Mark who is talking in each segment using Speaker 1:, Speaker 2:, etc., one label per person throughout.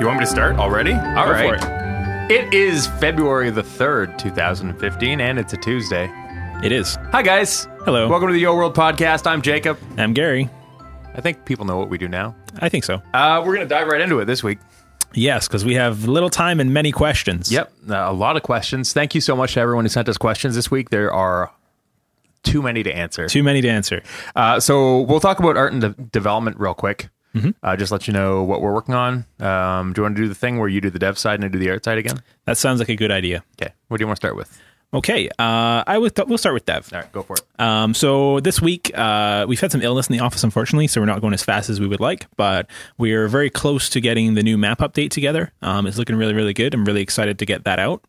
Speaker 1: You want me to start already?
Speaker 2: All
Speaker 1: Go
Speaker 2: right.
Speaker 1: for it.
Speaker 2: it is February the 3rd, 2015, and it's a Tuesday.
Speaker 3: It is.
Speaker 2: Hi, guys.
Speaker 3: Hello.
Speaker 2: Welcome to the Yo World Podcast. I'm Jacob.
Speaker 3: I'm Gary.
Speaker 2: I think people know what we do now.
Speaker 3: I think so.
Speaker 2: Uh, we're going to dive right into it this week.
Speaker 3: Yes, because we have little time and many questions.
Speaker 2: Yep. Uh, a lot of questions. Thank you so much to everyone who sent us questions this week. There are too many to answer.
Speaker 3: Too many to answer.
Speaker 2: Uh, so we'll talk about art and de- development real quick. Uh, just let you know what we're working on. Um, do you want to do the thing where you do the dev side and I do the art side again?
Speaker 3: That sounds like a good idea.
Speaker 2: Okay. What do you want to start with?
Speaker 3: Okay, uh, I would we'll start with Dev.
Speaker 2: All right, go for it.
Speaker 3: Um, so this week uh, we've had some illness in the office, unfortunately, so we're not going as fast as we would like, but we are very close to getting the new map update together. Um, it's looking really, really good. I'm really excited to get that out.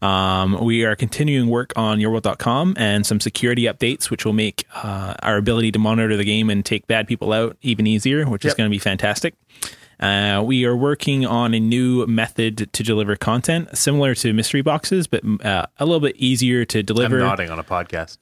Speaker 3: Um, we are continuing work on yourworld.com and some security updates, which will make uh, our ability to monitor the game and take bad people out even easier, which is
Speaker 2: Yep.
Speaker 3: going to be fantastic. Uh, we are working on a new method to deliver content, similar to mystery boxes, but uh, a little bit easier to deliver.
Speaker 2: I'm nodding on a podcast.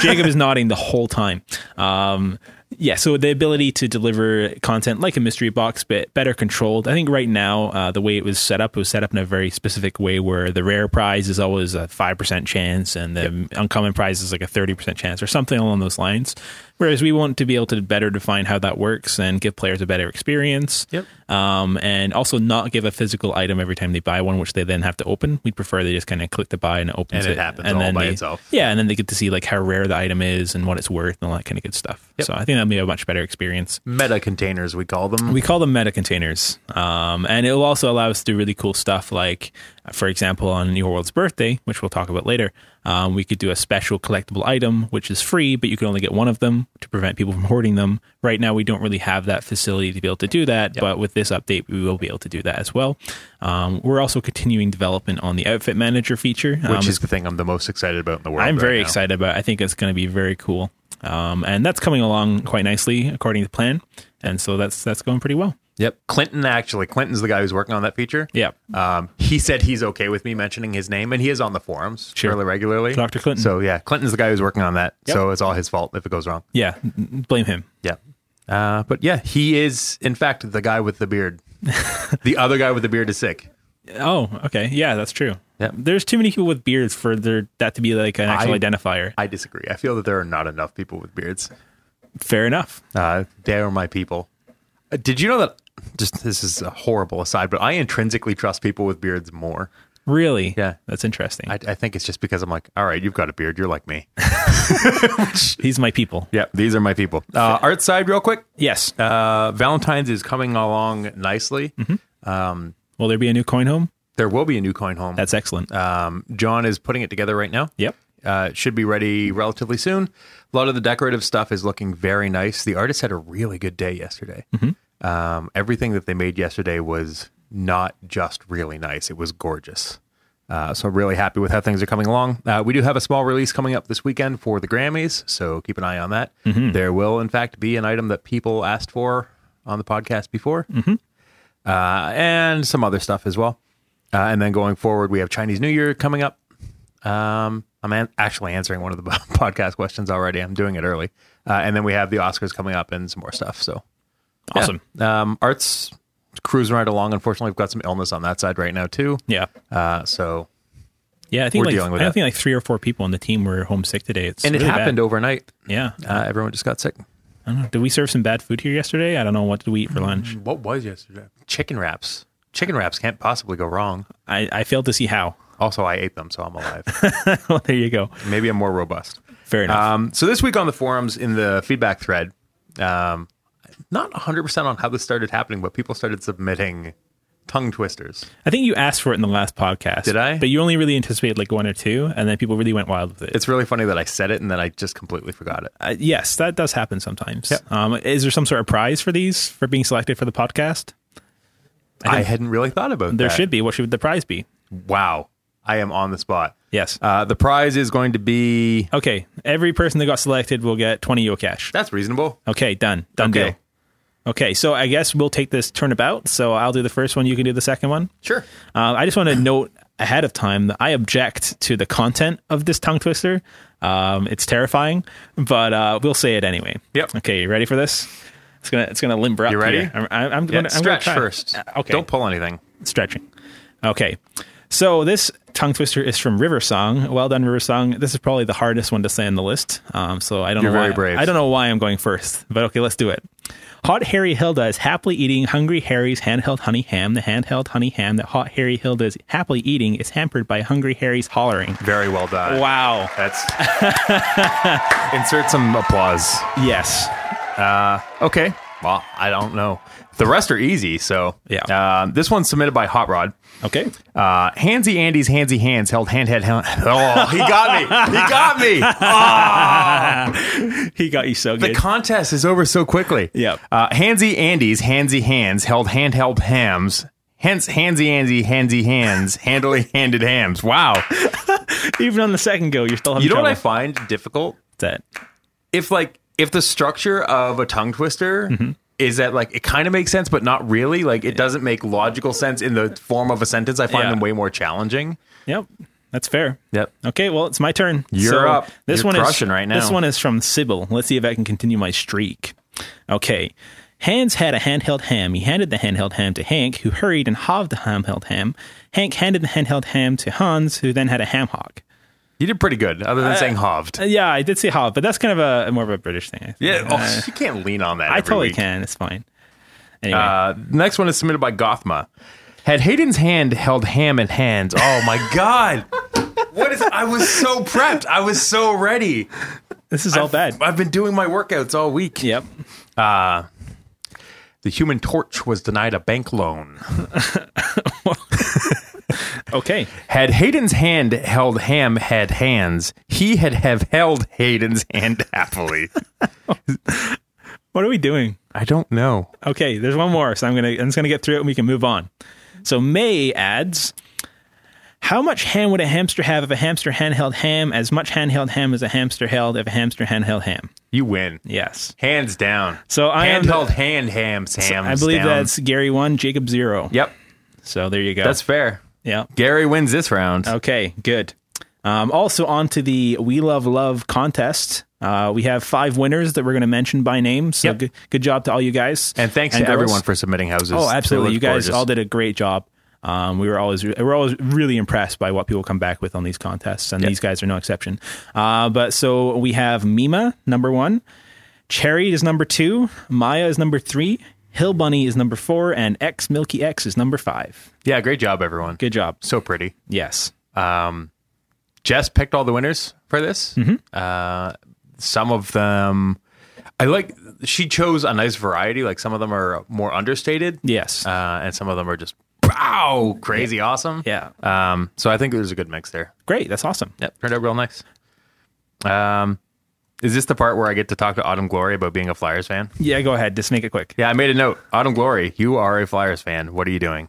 Speaker 3: Jacob is nodding the whole time. Um, yeah, so the ability to deliver content like a mystery box, but better controlled. I think right now, uh, the way it was set up, it was set up in a very specific way where the rare prize is always a 5% chance and the uncommon prize is like a 30% chance or something along those lines. Whereas we want to be able to better define how that works and give players a better experience.
Speaker 2: Yep.
Speaker 3: Um, and also not give a physical item every time they buy one, which they then have to open. We'd prefer they just kind of click the buy and it opens
Speaker 2: And it happens all
Speaker 3: then
Speaker 2: by
Speaker 3: they-
Speaker 2: itself.
Speaker 3: yeah, and then they get to see like how rare the item is and what it's worth and all that kind of good stuff. So I think that'll be a much better experience.
Speaker 2: Meta containers, we call them.
Speaker 3: We call them meta containers, um, and it will also allow us to do really cool stuff. Like, for example, on Your World's birthday, which we'll talk about later, um, we could do a special collectible item, which is free, but you can only get one of them to prevent people from hoarding them. Right now, we don't really have that facility to be able to do that, but with this update, we will be able to do that as well. Um, we're also continuing development on the outfit manager feature, um,
Speaker 2: which is the thing I'm the most excited about in the world.
Speaker 3: I'm
Speaker 2: right
Speaker 3: very
Speaker 2: now.
Speaker 3: excited about. It. I think it's going to be very cool, um, and that's coming along quite nicely according to plan. And so that's that's going pretty well.
Speaker 2: Yep. Clinton, actually, Clinton's the guy who's working on that feature.
Speaker 3: Yeah.
Speaker 2: Um, he said he's okay with me mentioning his name, and he is on the forums
Speaker 3: Sure.
Speaker 2: fairly regularly.
Speaker 3: Dr. Clinton.
Speaker 2: So yeah, Clinton's the guy who's working on that.
Speaker 3: Yep.
Speaker 2: So it's all his fault if it goes wrong.
Speaker 3: Yeah, n- blame him.
Speaker 2: Yeah. Uh, but yeah, he is in fact the guy with the beard. the other guy with the beard is sick.
Speaker 3: Oh, okay. Yeah, that's true.
Speaker 2: Yep.
Speaker 3: There's too many people with beards for there, that to be like an actual
Speaker 2: I-
Speaker 3: identifier.
Speaker 2: I disagree. I feel that there are not enough people with beards.
Speaker 3: Fair enough.
Speaker 2: Uh, they are my people. Uh, did you know that? Just this is a horrible aside, but I intrinsically trust people with beards more.
Speaker 3: Really?
Speaker 2: Yeah.
Speaker 3: That's interesting.
Speaker 2: I, I think it's just because I'm like, all right, you've got a beard, you're like me.
Speaker 3: He's my people.
Speaker 2: yeah, these are my people. Uh, art side, real quick.
Speaker 3: Yes.
Speaker 2: Uh, Valentine's is coming along nicely.
Speaker 3: Will there be a new coin home?
Speaker 2: There will be a new coin home.
Speaker 3: That's excellent.
Speaker 2: Um, John is putting it together right now.
Speaker 3: Yep.
Speaker 2: Uh, it should be ready relatively soon. A lot of the decorative stuff is looking very nice. The artist had a really good day yesterday. Um, everything that they made yesterday was not just really nice, it was gorgeous. Uh, so, I'm really happy with how things are coming along. Uh, we do have a small release coming up this weekend for the Grammys, so keep an eye on that. There will, in fact, be an item that people asked for on the podcast before uh, and some other stuff as well. Uh, and then going forward, we have Chinese New Year coming up. Um, I'm an- actually answering one of the podcast questions already. I'm doing it early. Uh, and then we have the Oscars coming up and some more stuff. So yeah.
Speaker 3: Awesome.
Speaker 2: Um, arts cruising right along. Unfortunately, we've got some illness on that side right now too.
Speaker 3: Yeah.
Speaker 2: Uh, so
Speaker 3: Yeah. I think
Speaker 2: We're
Speaker 3: like
Speaker 2: dealing with
Speaker 3: I
Speaker 2: that.
Speaker 3: think like three or four people on the team were homesick today. It's
Speaker 2: and it
Speaker 3: really bad.
Speaker 2: happened overnight.
Speaker 3: Yeah.
Speaker 2: Uh, everyone just got sick.
Speaker 3: I don't know. Did we serve some bad food here yesterday? I don't know. What did we eat for lunch?
Speaker 2: What was yesterday? Chicken wraps. Chicken wraps can't possibly go wrong.
Speaker 3: I, I failed to see how.
Speaker 2: Also, I ate them, so I'm alive.
Speaker 3: well, there you go.
Speaker 2: Maybe I'm more robust.
Speaker 3: Fair enough.
Speaker 2: Um, so this week on the forums in the feedback thread, um, not 100% on how this started happening, but people started submitting tongue twisters.
Speaker 3: I think you asked for it in the last podcast.
Speaker 2: Did I?
Speaker 3: But you only really anticipated like one or two, and then people really went wild with it.
Speaker 2: It's really funny that I said it and then I just completely forgot it.
Speaker 3: Uh, yes, that does happen sometimes. Um, is there some sort of prize for these for being selected for the podcast?
Speaker 2: I, hadn't really thought about
Speaker 3: There
Speaker 2: that.
Speaker 3: should be. What should the prize be?
Speaker 2: Wow. I am on the spot.
Speaker 3: Yes.
Speaker 2: Uh, the prize is going to be.
Speaker 3: okay. Every person that got selected will get 20 yo cash.
Speaker 2: That's reasonable.
Speaker 3: Okay. Done. Done
Speaker 2: Okay.
Speaker 3: deal. Okay. So I guess we'll take this turnabout. So I'll do the first one. You can do the second one.
Speaker 2: Sure.
Speaker 3: Uh, I just want to note ahead of time that I object to the content of this tongue twister. Um, it's terrifying, but uh, we'll say it anyway.
Speaker 2: Yep.
Speaker 3: Okay, you ready for this? It's gonna it's gonna limber up.
Speaker 2: You ready?
Speaker 3: here. I'm, I'm, I'm
Speaker 2: Yeah,
Speaker 3: gonna I'm
Speaker 2: stretch
Speaker 3: gonna try.
Speaker 2: first.
Speaker 3: Uh, Okay.
Speaker 2: Don't pull anything.
Speaker 3: stretching. Okay. So this tongue twister is from River Song. Well done, River Song. This is probably the hardest one to say on the list. Um, so I don't
Speaker 2: You're
Speaker 3: know.
Speaker 2: very
Speaker 3: why,
Speaker 2: brave.
Speaker 3: I don't know why I'm going first, but okay, let's do it. Hot Harry Hilda is happily eating Hungry Harry's handheld honey ham. The handheld honey ham that Hot Harry Hilda is happily eating is hampered by Hungry Harry's hollering.
Speaker 2: Very well done.
Speaker 3: Wow.
Speaker 2: That's insert some applause.
Speaker 3: Yes.
Speaker 2: Uh, Okay. Well, I don't know. The rest are easy. So
Speaker 3: Yeah.
Speaker 2: Uh, this one's submitted by Hot Rod.
Speaker 3: Okay.
Speaker 2: Uh, Hansy Andy's Hansy hands held handhead. Hand- oh, he got me! He got me!
Speaker 3: He got you so
Speaker 2: The
Speaker 3: good.
Speaker 2: contest is over so quickly.
Speaker 3: Yep.
Speaker 2: Uh, Hansy Andy's Hansy hands held handheld hams. Hence, Hansy Andy Hansy hands handily handed hams. Wow.
Speaker 3: Even on the second go, you're still having
Speaker 2: You know what
Speaker 3: trouble.
Speaker 2: I find difficult?
Speaker 3: That.
Speaker 2: If like if the structure of a tongue twister is that like it kind of makes sense, but not really. Like it doesn't make logical sense in the form of a sentence. I find
Speaker 3: Yeah.
Speaker 2: them way more challenging.
Speaker 3: Yep. That's fair.
Speaker 2: Yep.
Speaker 3: Okay, well, it's my turn.
Speaker 2: You're up.
Speaker 3: This
Speaker 2: You're
Speaker 3: one
Speaker 2: crushing
Speaker 3: is
Speaker 2: right now.
Speaker 3: This one is from Sybil. Let's see if I can continue my streak. Okay. Hans had a handheld ham. He handed the handheld ham to Hank, who hurried and halved the handheld ham. Hank handed the handheld ham to Hans, who then had a ham hock.
Speaker 2: You did pretty good, other than saying hoved.
Speaker 3: Uh, yeah, I did say halved, but that's kind of a more of a British thing. I think.
Speaker 2: yeah,
Speaker 3: Uh,
Speaker 2: oh, you can't lean on that.
Speaker 3: I
Speaker 2: every
Speaker 3: totally
Speaker 2: week.
Speaker 3: can. It's fine. Anyway,
Speaker 2: Uh, next one is submitted by Gothma. Had Hayden's hand held ham in hands. Oh my god! What is? I was so prepped. I was so ready.
Speaker 3: this is all bad.
Speaker 2: I've been doing my workouts all week.
Speaker 3: Yep.
Speaker 2: The Human Torch was denied a bank loan.
Speaker 3: Okay.
Speaker 2: Had Hayden's hand held ham had hands, he had have held Hayden's hand happily.
Speaker 3: What are we doing?
Speaker 2: I don't know.
Speaker 3: Okay, there's one more, so I'm gonna I'm just gonna get through it and we can move on. So May adds How much ham would a hamster have if a hamster handheld ham? As much handheld ham as a hamster held if a hamster handheld ham.
Speaker 2: You win.
Speaker 3: Yes.
Speaker 2: Hands down.
Speaker 3: So I am-
Speaker 2: handheld hand hams hams.
Speaker 3: I believe
Speaker 2: down.
Speaker 3: that's Gary one, Jacob zero.
Speaker 2: Yep.
Speaker 3: So there you go.
Speaker 2: That's fair.
Speaker 3: yeah.
Speaker 2: Gary wins this round.
Speaker 3: Okay, good. Um, also, on to the We Love Love contest. Uh, we have five winners that we're going to mention by name. So
Speaker 2: Yep.
Speaker 3: good, good job to all you guys.
Speaker 2: And thanks to
Speaker 3: girls.
Speaker 2: everyone for submitting houses.
Speaker 3: Oh, absolutely!
Speaker 2: They
Speaker 3: You
Speaker 2: looked
Speaker 3: guys
Speaker 2: gorgeous.
Speaker 3: all did a great job. Um, we were always we we're always really impressed by what people come back with on these contests, and these guys are no exception. Uh, but so we have Mima number one, Cherry is number two, Maya is number three, Hill Bunny is number four, and X Milky X is number five.
Speaker 2: Yeah, great job, everyone.
Speaker 3: Good job.
Speaker 2: So pretty.
Speaker 3: Yes.
Speaker 2: Jess picked all the winners for this. Uh, some of them, I like. She chose a nice variety. Like some of them are more understated.
Speaker 3: Yes.
Speaker 2: Uh, and some of them are just wow, crazy awesome.
Speaker 3: yeah.
Speaker 2: Um, so I think there's a good mix there.
Speaker 3: Uh, Great. That's awesome.
Speaker 2: Yep, turned out real nice. Um, is this the part where I get to talk to Autumn Glory about being a Flyers fan?
Speaker 3: Yeah. Go ahead. Just make it quick.
Speaker 2: Yeah, I made a note. Autumn Glory, you are a Flyers fan. What are you doing?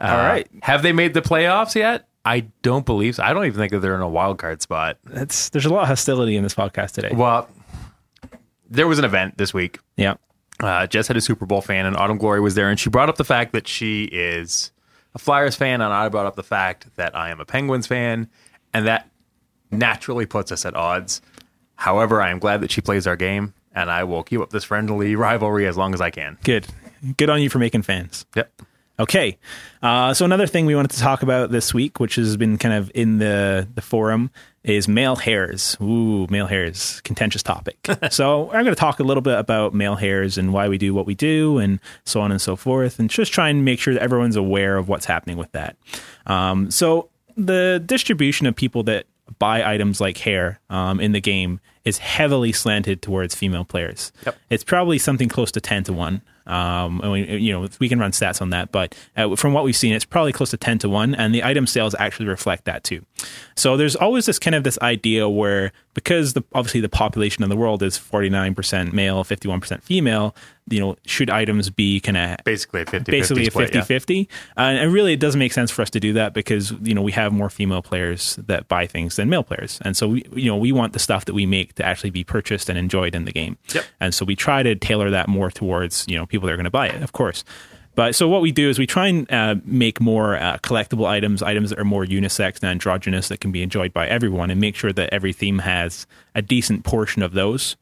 Speaker 3: all right.
Speaker 2: Have they made the playoffs yet? I don't believe so. I don't even think that they're in a wild card spot.
Speaker 3: That's there's a lot of hostility in this podcast today.
Speaker 2: Well, there was an event this week.
Speaker 3: Yeah.
Speaker 2: Uh, Jess had a Super Bowl fan, and Autumn Glory was there, and she brought up the fact that she is a Flyers fan, and I brought up the fact that I am a Penguins fan, and that naturally puts us at odds. However, I am glad that she plays our game, and I will keep up this friendly rivalry as long as I can.
Speaker 3: Good. Good on you for making fans.
Speaker 2: Yep.
Speaker 3: Okay. Uh, so another thing we wanted to talk about this week, which has been kind of in the, the forum, is male hairs. Ooh, male hairs, contentious topic. so I'm going to talk a little bit about male hairs and why we do what we do and so on and so forth, and just try and make sure that everyone's aware of what's happening with that. Um, so the distribution of people that buy items like hair um, in the game is heavily slanted towards female players.
Speaker 2: Yep.
Speaker 3: It's probably something close to 10 to 1. Um, and we, you know, we can run stats on that, but uh, from what we've seen, it's probably close to 10 to 1 and the item sales actually reflect that too. So there's always this kind of this idea where because the, obviously the population in the world is 49% male, 51% female, you know, should items be kind of
Speaker 2: Basically a 50
Speaker 3: basically a 50
Speaker 2: split, yeah.
Speaker 3: 50 uh, and really it doesn't make sense for us to do that because you know we have more female players that buy things than male players and so we you know we want the stuff that we make to actually be purchased and enjoyed in the game
Speaker 2: Yep.
Speaker 3: and so we try to tailor that more towards you know people that are going to buy it of course but so what we do is we try and uh, make more uh, collectible items, items that are more unisex and androgynous that can be enjoyed by everyone, and make sure that every theme has a decent portion of those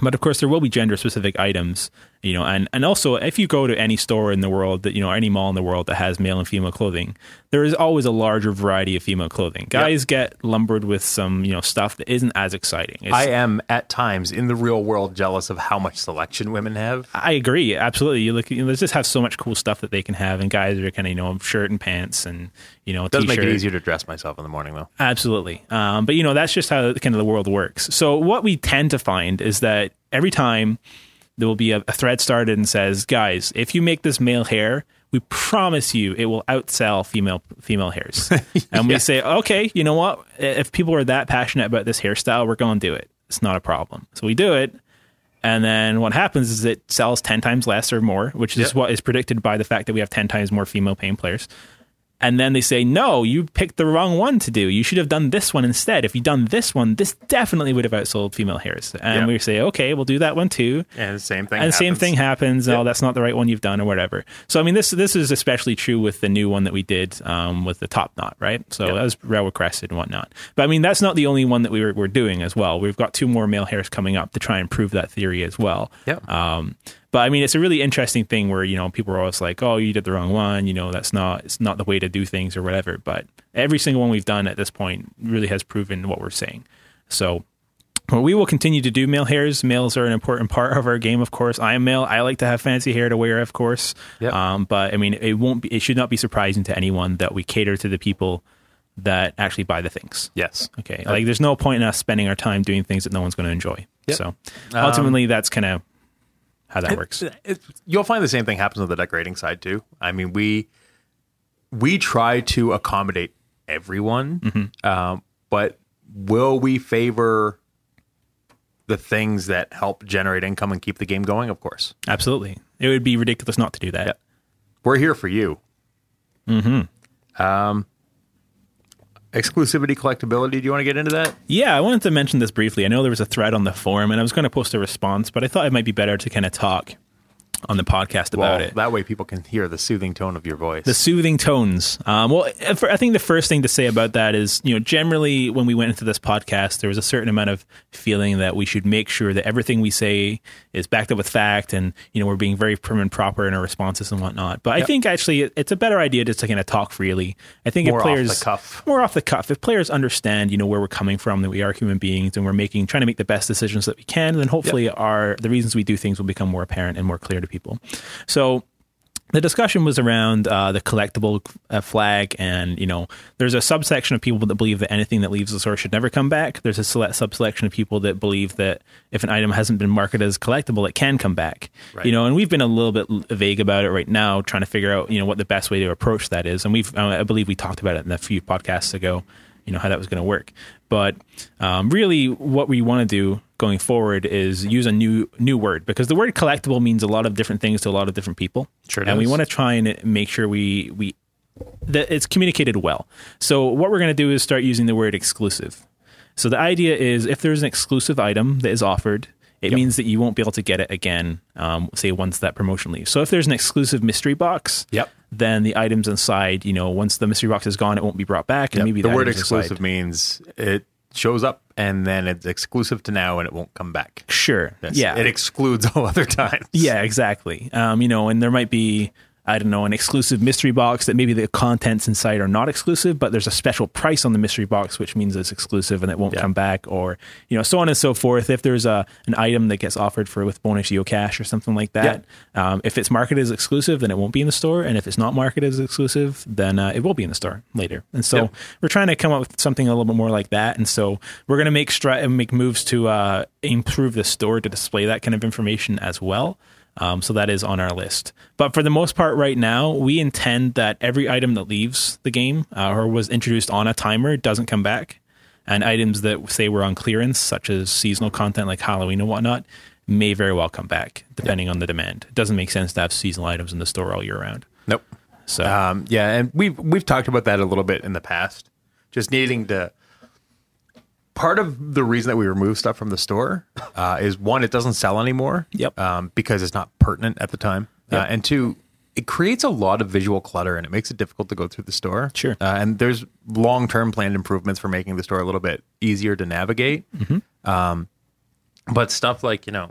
Speaker 3: But of course, there will be gender specific items, you know, and, and also if you go to any store in the world that, you know, any mall in the world that has male and female clothing, there is always a larger variety of female clothing. Guys get lumbered with some, you know, stuff that isn't as exciting. It's-
Speaker 2: I am at times in the real world jealous of how much selection women have.
Speaker 3: I agree, absolutely. You look, you know, they just have so much cool stuff that they can have, and guys are kind of you know shirt and pants and you know
Speaker 2: Does
Speaker 3: t-shirt.
Speaker 2: make it easier to dress myself in the morning though.
Speaker 3: Absolutely, um, but you know that's just how kind of the world works. So what we tend to find is that every time there will be a, a thread started and says, "Guys, if you make this male hair." We promise you, it will outsell female female hairs. And we say, okay, you know what? If people are that passionate about this hairstyle, we're going to do it. It's not a problem. So we do it, and then what happens is it sells 10 times less or more, which is
Speaker 2: Yep.
Speaker 3: what is predicted by the fact that we have 10 times more female pain players. And then they say, no, you picked the wrong one to do. You should have done this one instead. If you'd done this one, this definitely would have outsold female hairs. And
Speaker 2: Yep.
Speaker 3: we say, okay, we'll do that one too.
Speaker 2: And the same thing.
Speaker 3: And same
Speaker 2: happens.
Speaker 3: thing happens. Oh, that's not the right one you've done, or whatever. So, I mean, this this is especially true with the new one that we did um, with the top knot, right? So that was railroad crested and whatnot. But I mean, that's not the only one that we were, we're doing as well. We've got two more male hairs coming up to try and prove that theory as well.
Speaker 2: Yep.
Speaker 3: Um, but I mean, it's a really interesting thing where you know people are always like, "Oh, you did the wrong one." You know, that's not it's not the way to do things or whatever. But every single one we've done at this point really has proven what we're saying. So well, we will continue to do male hairs. Males are an important part of our game, of course. I am male. I like to have fancy hair to wear, of course.
Speaker 2: Yep.
Speaker 3: Um, but I mean, it won't. Be, it should not be surprising to anyone that we cater to the people that actually buy the things.
Speaker 2: Yes.
Speaker 3: Okay. Like, there's no point in us spending our time doing things that no one's going to enjoy.
Speaker 2: Yep. Um,
Speaker 3: So ultimately, that's kind of how that works.
Speaker 2: It, you'll find the same thing happens on the decorating side too. I mean, we we try to accommodate everyone,
Speaker 3: Mm-hmm.
Speaker 2: um, but will we favor the things that help generate income and keep the game going? Of course,
Speaker 3: Absolutely. It would be ridiculous not to do that.
Speaker 2: we're here for you. Mm-hmm. Um, exclusivity, collectability. Do you want to get into that?
Speaker 3: Yeah, I wanted to mention this briefly. I know there was a thread on the forum, and I was going to post a response, but I thought it might be better to kind of talk on the podcast about it.
Speaker 2: that way people can hear the soothing tone of your voice.
Speaker 3: the soothing tones. Um, well, if- I think the first thing to say about that is, you know, generally when we went into this podcast, there was a certain amount of feeling that we should make sure that everything we say is backed up with fact, and you know, we're being very prim and proper in our responses and whatnot. But I think actually, it- it's a better idea just to kind of talk freely. I think
Speaker 2: More off
Speaker 3: if
Speaker 2: the
Speaker 3: players
Speaker 2: cuff.
Speaker 3: more off the cuff. If players understand, you know, where we're coming from, that we are human beings and we're making trying to make the best decisions that we can, then hopefully our the reasons we do things will become more apparent and more clear to people. So the discussion was around uh, the collectible uh, flag, and you know, there's a subsection of people that believe that anything that leaves the store should never come back. There's a select subsection of people that believe that if an item hasn't been marketed as collectible, it can come back. You know, and we've been a little bit l- vague about it right now, trying to figure out you know what the best way to approach that is. And we've, uh, I believe, we talked about it in a few podcasts ago you know how that was going to work. But um, really, what we want to do going forward is use a new new word because the word collectible means a lot of different things to a lot of different people.
Speaker 2: Sure
Speaker 3: and we
Speaker 2: does.
Speaker 3: want to try and make sure we we that it's communicated well. So what we're going to do is start using the word exclusive. So the idea is if there's an exclusive item that is offered, it means that you won't be able to get it again, um, say once that promotion leaves. So if there's an exclusive mystery box,
Speaker 2: Yep.
Speaker 3: then the items inside, you know, once the mystery box is gone, it won't be brought back. And maybe
Speaker 2: the word
Speaker 3: items inside-
Speaker 2: exclusive means it shows up and then it's exclusive to now and it won't come back.
Speaker 3: Sure. Yeah.
Speaker 2: It excludes all other times.
Speaker 3: yeah, exactly. Um, you know, and there might be, I don't know, an exclusive mystery box that maybe the contents inside are not exclusive, but there's a special price on the mystery box, which means it's exclusive and it won't come back, or, you know, so on and so forth. If there's a an item that gets offered for with bonus geocache or something like that, um, if it's marketed as exclusive, then it won't be in the store. And if it's not marketed as exclusive, then uh, it will be in the store later. And so
Speaker 2: Yep.
Speaker 3: we're trying to come up with something a little bit more like that. And so we're going to make stri- and make moves to uh, improve the store to display that kind of information as well. Um, so that is on our list. But for the most part, right now, we intend that every item that leaves the game uh, or was introduced on a timer doesn't come back. And items that say were on clearance, such as seasonal content like Halloween and whatnot, may very well come back depending on the demand. It doesn't make sense to have seasonal items in the store all year round.
Speaker 2: Nope.
Speaker 3: So
Speaker 2: Um, yeah, and we've we've talked about that a little bit in the past. Just needing to. Part of the reason that we remove stuff from the store uh, is one, it doesn't sell anymore.
Speaker 3: Yep.
Speaker 2: Um, because it's not pertinent at the time, uh, and two, it creates a lot of visual clutter and it makes it difficult to go through the store.
Speaker 3: Sure.
Speaker 2: Uh, and there's long term planned improvements for making the store a little bit easier to navigate. Um, But stuff like you know,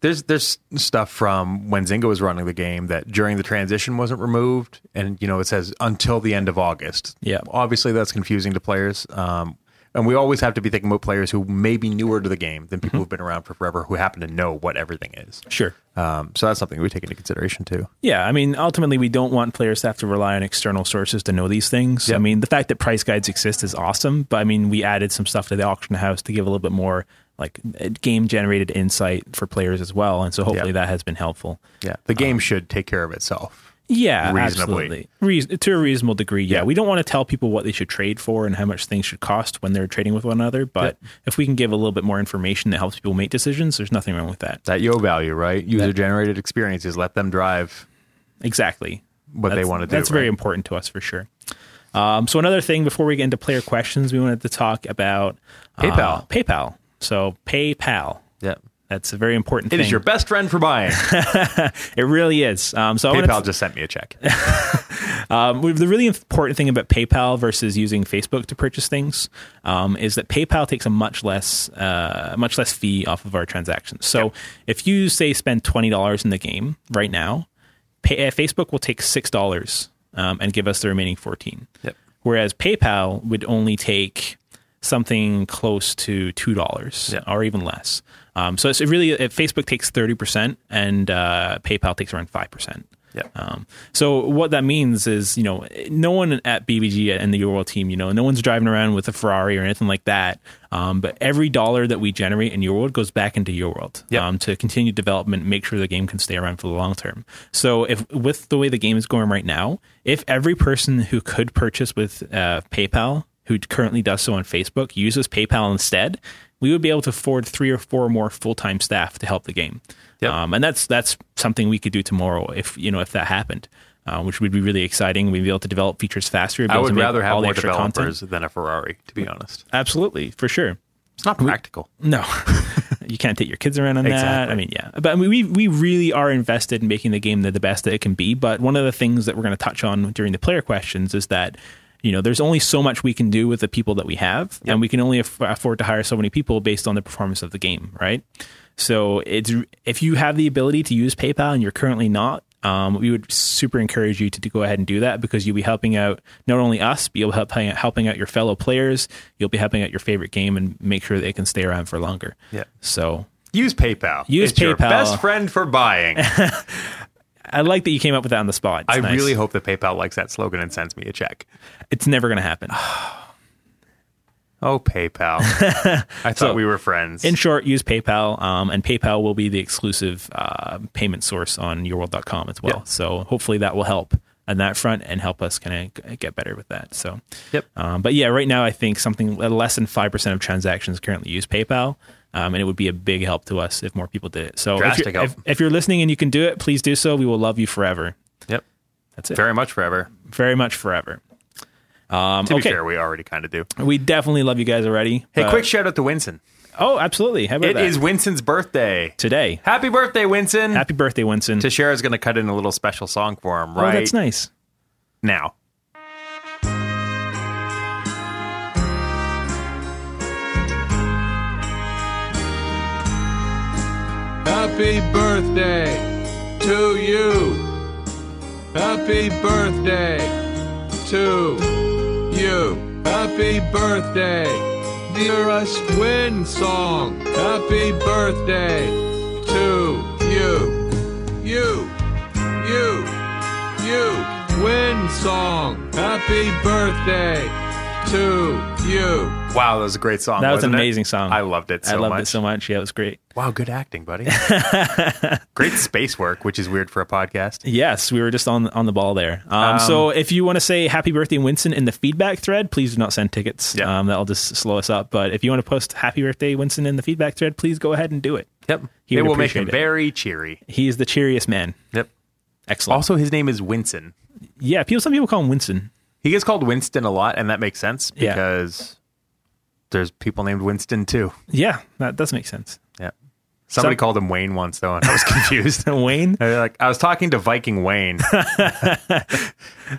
Speaker 2: there's there's stuff from when Zynga was running the game that during the transition wasn't removed, and you know it says until the end of August.
Speaker 3: Yeah.
Speaker 2: obviously that's confusing to players. Um, and we always have to be thinking about players who may be newer to the game than people who've been around for forever who happen to know what everything is.
Speaker 3: Mm-hmm. Sure.
Speaker 2: Um, so that's something we take into consideration too.
Speaker 3: Yeah, I mean, ultimately, we don't want players to have to rely on external sources to know these things. I mean, the fact that price guides exist is awesome, but I mean, we added some stuff to the auction house to give a little bit more like game generated insight for players as well, and so hopefully
Speaker 2: Yeah.
Speaker 3: that has been helpful.
Speaker 2: Yeah, the
Speaker 3: Um,
Speaker 2: game should take care of itself.
Speaker 3: Yeah,
Speaker 2: Reasonably.
Speaker 3: absolutely. Reas- to a reasonable degree. Yeah. we don't want to tell people what they should trade for and how much things should cost when they're trading with one another. But if we can give a little bit more information that helps people make decisions, there's nothing wrong with that.
Speaker 2: That yo value, right? User generated experiences. Let them drive
Speaker 3: Exactly.
Speaker 2: what they
Speaker 3: That's-
Speaker 2: want to do.
Speaker 3: That's
Speaker 2: right?
Speaker 3: very important to us for sure. Um, so another thing before we get into player questions, we wanted to talk about uh,
Speaker 2: PayPal.
Speaker 3: PayPal. So PayPal.
Speaker 2: Yeah.
Speaker 3: That's a very important
Speaker 2: It
Speaker 3: thing.
Speaker 2: is your best friend for buying.
Speaker 3: It really is. Um, so I wanted to-
Speaker 2: PayPal just sent me a check.
Speaker 3: Um, we- the really important thing about PayPal versus using Facebook to purchase things um, is that PayPal takes a much less uh, much less fee off of our transactions. So if you say spend twenty dollars in the game right now, pay, uh, Facebook will take six dollars um, and give us the remaining fourteen.
Speaker 2: Yep.
Speaker 3: Whereas PayPal would only take something close to two dollars
Speaker 2: Yeah.
Speaker 3: or even less. Um, so it's it really uh Facebook takes thirty percent and uh, PayPal takes around five percent.
Speaker 2: Yeah.
Speaker 3: Um, so what that means is, you know, no one at BBG and the Euroworld team, you know, no one's driving around with a Ferrari or anything like that. Um, but every dollar that we generate in Euroworld goes back into Euroworld
Speaker 2: Yep.
Speaker 3: um, to continue development, make sure the game can stay around for the long term. So if with the way the game is going right now, if every person who could purchase with uh, PayPal, who currently does so on Facebook, uses PayPal instead, we would be able to afford three or four more full time staff to help the game.
Speaker 2: Yep.
Speaker 3: Um, and that's that's something we could do tomorrow if you know if that happened, uh, which would be really exciting. We'd be able to develop features faster. be
Speaker 2: I
Speaker 3: able to
Speaker 2: would
Speaker 3: make
Speaker 2: rather have
Speaker 3: all the
Speaker 2: more
Speaker 3: extra Content.
Speaker 2: developers than a Ferrari, to be honest.
Speaker 3: Absolutely, for sure.
Speaker 2: It's not practical.
Speaker 3: No, you can't take your kids around on that.
Speaker 2: Exactly.
Speaker 3: I mean, yeah, but I mean, we we really are invested in making the game the, the best that it can be. But one of the things that we're going to touch on during the player questions is that you know there's only so much we can do with the people that we have, and we can only aff- afford to hire so many people based on the performance of the game, right? So it's if you have the ability to use PayPal and you're currently not. Um, we would super encourage you to, to go ahead and do that because you'll be helping out not only us, but you'll be helping, helping out your fellow players. You'll be helping out your favorite game and make sure that it can stay around for longer.
Speaker 2: Yeah.
Speaker 3: So
Speaker 2: Use PayPal.
Speaker 3: Use
Speaker 2: it's Your
Speaker 3: PayPal.
Speaker 2: best friend for buying.
Speaker 3: I like that you came up with that on the spot. It's
Speaker 2: I
Speaker 3: nice.
Speaker 2: really hope that PayPal likes that slogan and sends me a check.
Speaker 3: it's never going to happen.
Speaker 2: Oh, PayPal. I thought we were friends.
Speaker 3: In short, use PayPal, um, and PayPal will be the exclusive uh, payment source on yourworld.com as well.
Speaker 2: Yeah.
Speaker 3: So hopefully that will help on that front and help us kind of get better with that. So,
Speaker 2: Yep.
Speaker 3: Um, but yeah, right now I think something uh, less than five percent of transactions currently use PayPal. Um, and it would be a big help to us if more people did it. So, if
Speaker 2: Drastic
Speaker 3: you're,
Speaker 2: help.
Speaker 3: if, if you're listening and you can do it, please do so. We will love you forever.
Speaker 2: yep.
Speaker 3: That's it.
Speaker 2: Very much forever.
Speaker 3: Very much forever. Um,
Speaker 2: To be
Speaker 3: okay.
Speaker 2: fair, we already kind of do.
Speaker 3: We definitely love you guys already.
Speaker 2: Hey,
Speaker 3: but-
Speaker 2: quick shout out to Winson.
Speaker 3: Oh, absolutely. How about
Speaker 2: It
Speaker 3: that?
Speaker 2: is Winson's birthday.
Speaker 3: today.
Speaker 2: Happy birthday, Winson.
Speaker 3: Happy birthday, Winston.
Speaker 2: Tashera's going to cut in a little special song for him
Speaker 3: Oh,
Speaker 2: right
Speaker 3: that's nice.
Speaker 2: now.
Speaker 1: Happy birthday to you. Happy birthday to you. Happy birthday, dearest wind song. Happy birthday to you. You, you, you, wind song. Happy birthday to you.
Speaker 2: Wow, that was a great song.
Speaker 3: That was an
Speaker 2: wasn't it?
Speaker 3: amazing song.
Speaker 2: I loved it so
Speaker 3: I loved
Speaker 2: much.
Speaker 3: it so much. Yeah, it was great.
Speaker 2: Wow, Oh, good acting, buddy. Great space work, which is weird for a podcast.
Speaker 3: Yes, we were just on on the ball there. Um, so if you want to say happy birthday, Winston, in the feedback thread, please do not send tickets.
Speaker 2: Yeah.
Speaker 3: Um, that'll just slow us up. But if you want to post happy birthday, Winston, in the feedback thread, please go ahead and do it.
Speaker 2: Yep.
Speaker 3: He
Speaker 2: It
Speaker 3: would
Speaker 2: will make
Speaker 3: appreciate
Speaker 2: him
Speaker 3: it.
Speaker 2: very cheery.
Speaker 3: He is the cheeriest man.
Speaker 2: Yep.
Speaker 3: Excellent.
Speaker 2: Also, his name is Winston.
Speaker 3: yeah, people. Some people call him Winston.
Speaker 2: He gets called Winston a lot, and that makes sense
Speaker 3: Yeah.
Speaker 2: because there's people named Winston too.
Speaker 3: Yeah, that does make sense.
Speaker 2: Yep. Somebody
Speaker 3: Some-
Speaker 2: called him Wayne once though, and I was confused.
Speaker 3: Wayne.
Speaker 2: I was like I was talking to Viking Wayne. I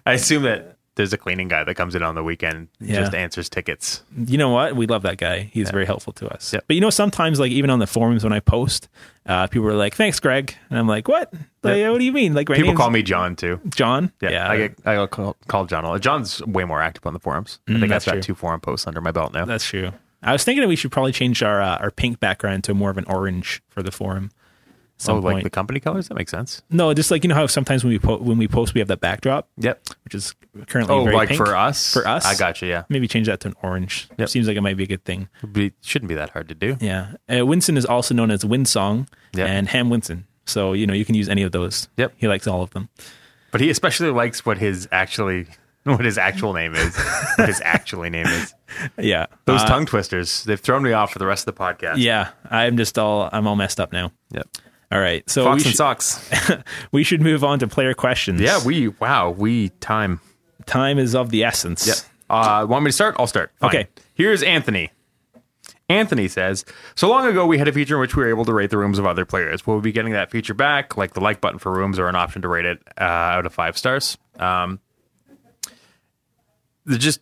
Speaker 2: assume that there's a cleaning guy that comes in on the weekend, and
Speaker 3: Yeah.
Speaker 2: just answers tickets.
Speaker 3: you know what? We love that guy. He's very helpful to us. But you know, sometimes like even on the forums when I post, uh, people are like, "Thanks, Greg," and I'm like, "What? Like, What do you mean? Like, my
Speaker 2: People
Speaker 3: name's
Speaker 2: call me John too.
Speaker 3: John."
Speaker 2: Yeah, I get I get call, call John. a lot. John's way more active on the forums. I think
Speaker 3: that's
Speaker 2: I've got
Speaker 3: true.
Speaker 2: two forum posts under my belt now.
Speaker 3: that's true. I was thinking that we should probably change our uh, our pink background to more of an orange for the forum. at Some
Speaker 2: oh, like
Speaker 3: point.
Speaker 2: the company colors? That makes sense.
Speaker 3: no, just like you know how sometimes when we po- when we post, we have that backdrop,
Speaker 2: Yep.
Speaker 3: which is currently
Speaker 2: Oh,
Speaker 3: very
Speaker 2: like
Speaker 3: pink.
Speaker 2: for us?
Speaker 3: For us?
Speaker 2: I got you. Yeah,
Speaker 3: Maybe change that to an orange.
Speaker 2: Yep.
Speaker 3: Seems like it might be a good thing.
Speaker 2: It'd be- shouldn't be that hard to do.
Speaker 3: Yeah. Uh, Winston is also known as Winsong
Speaker 2: Yep.
Speaker 3: and Ham Winston. So, you know, you can use any of those.
Speaker 2: Yep.
Speaker 3: He likes all of them.
Speaker 2: But he especially likes what his actually what his actual name is. what his actually name is.
Speaker 3: Yeah.
Speaker 2: Those
Speaker 3: Uh,
Speaker 2: tongue twisters. They've thrown me off for the rest of the podcast.
Speaker 3: yeah. I'm just all, I'm all messed up now.
Speaker 2: Yep. Oh,
Speaker 3: All right. So
Speaker 2: Fox
Speaker 3: we,
Speaker 2: and
Speaker 3: should-
Speaker 2: socks.
Speaker 3: we should move on to player questions.
Speaker 2: Yeah, we wow, we time.
Speaker 3: Time is of the essence.
Speaker 2: Uh, want me to start? I'll start. Fine.
Speaker 3: Okay.
Speaker 2: Here's Anthony. Anthony says, "So long ago, we had a feature in which we were able to rate the rooms of other players. Will we be getting that feature back? Like the like button for rooms, or an option to rate it uh, out of five stars? Um, the- just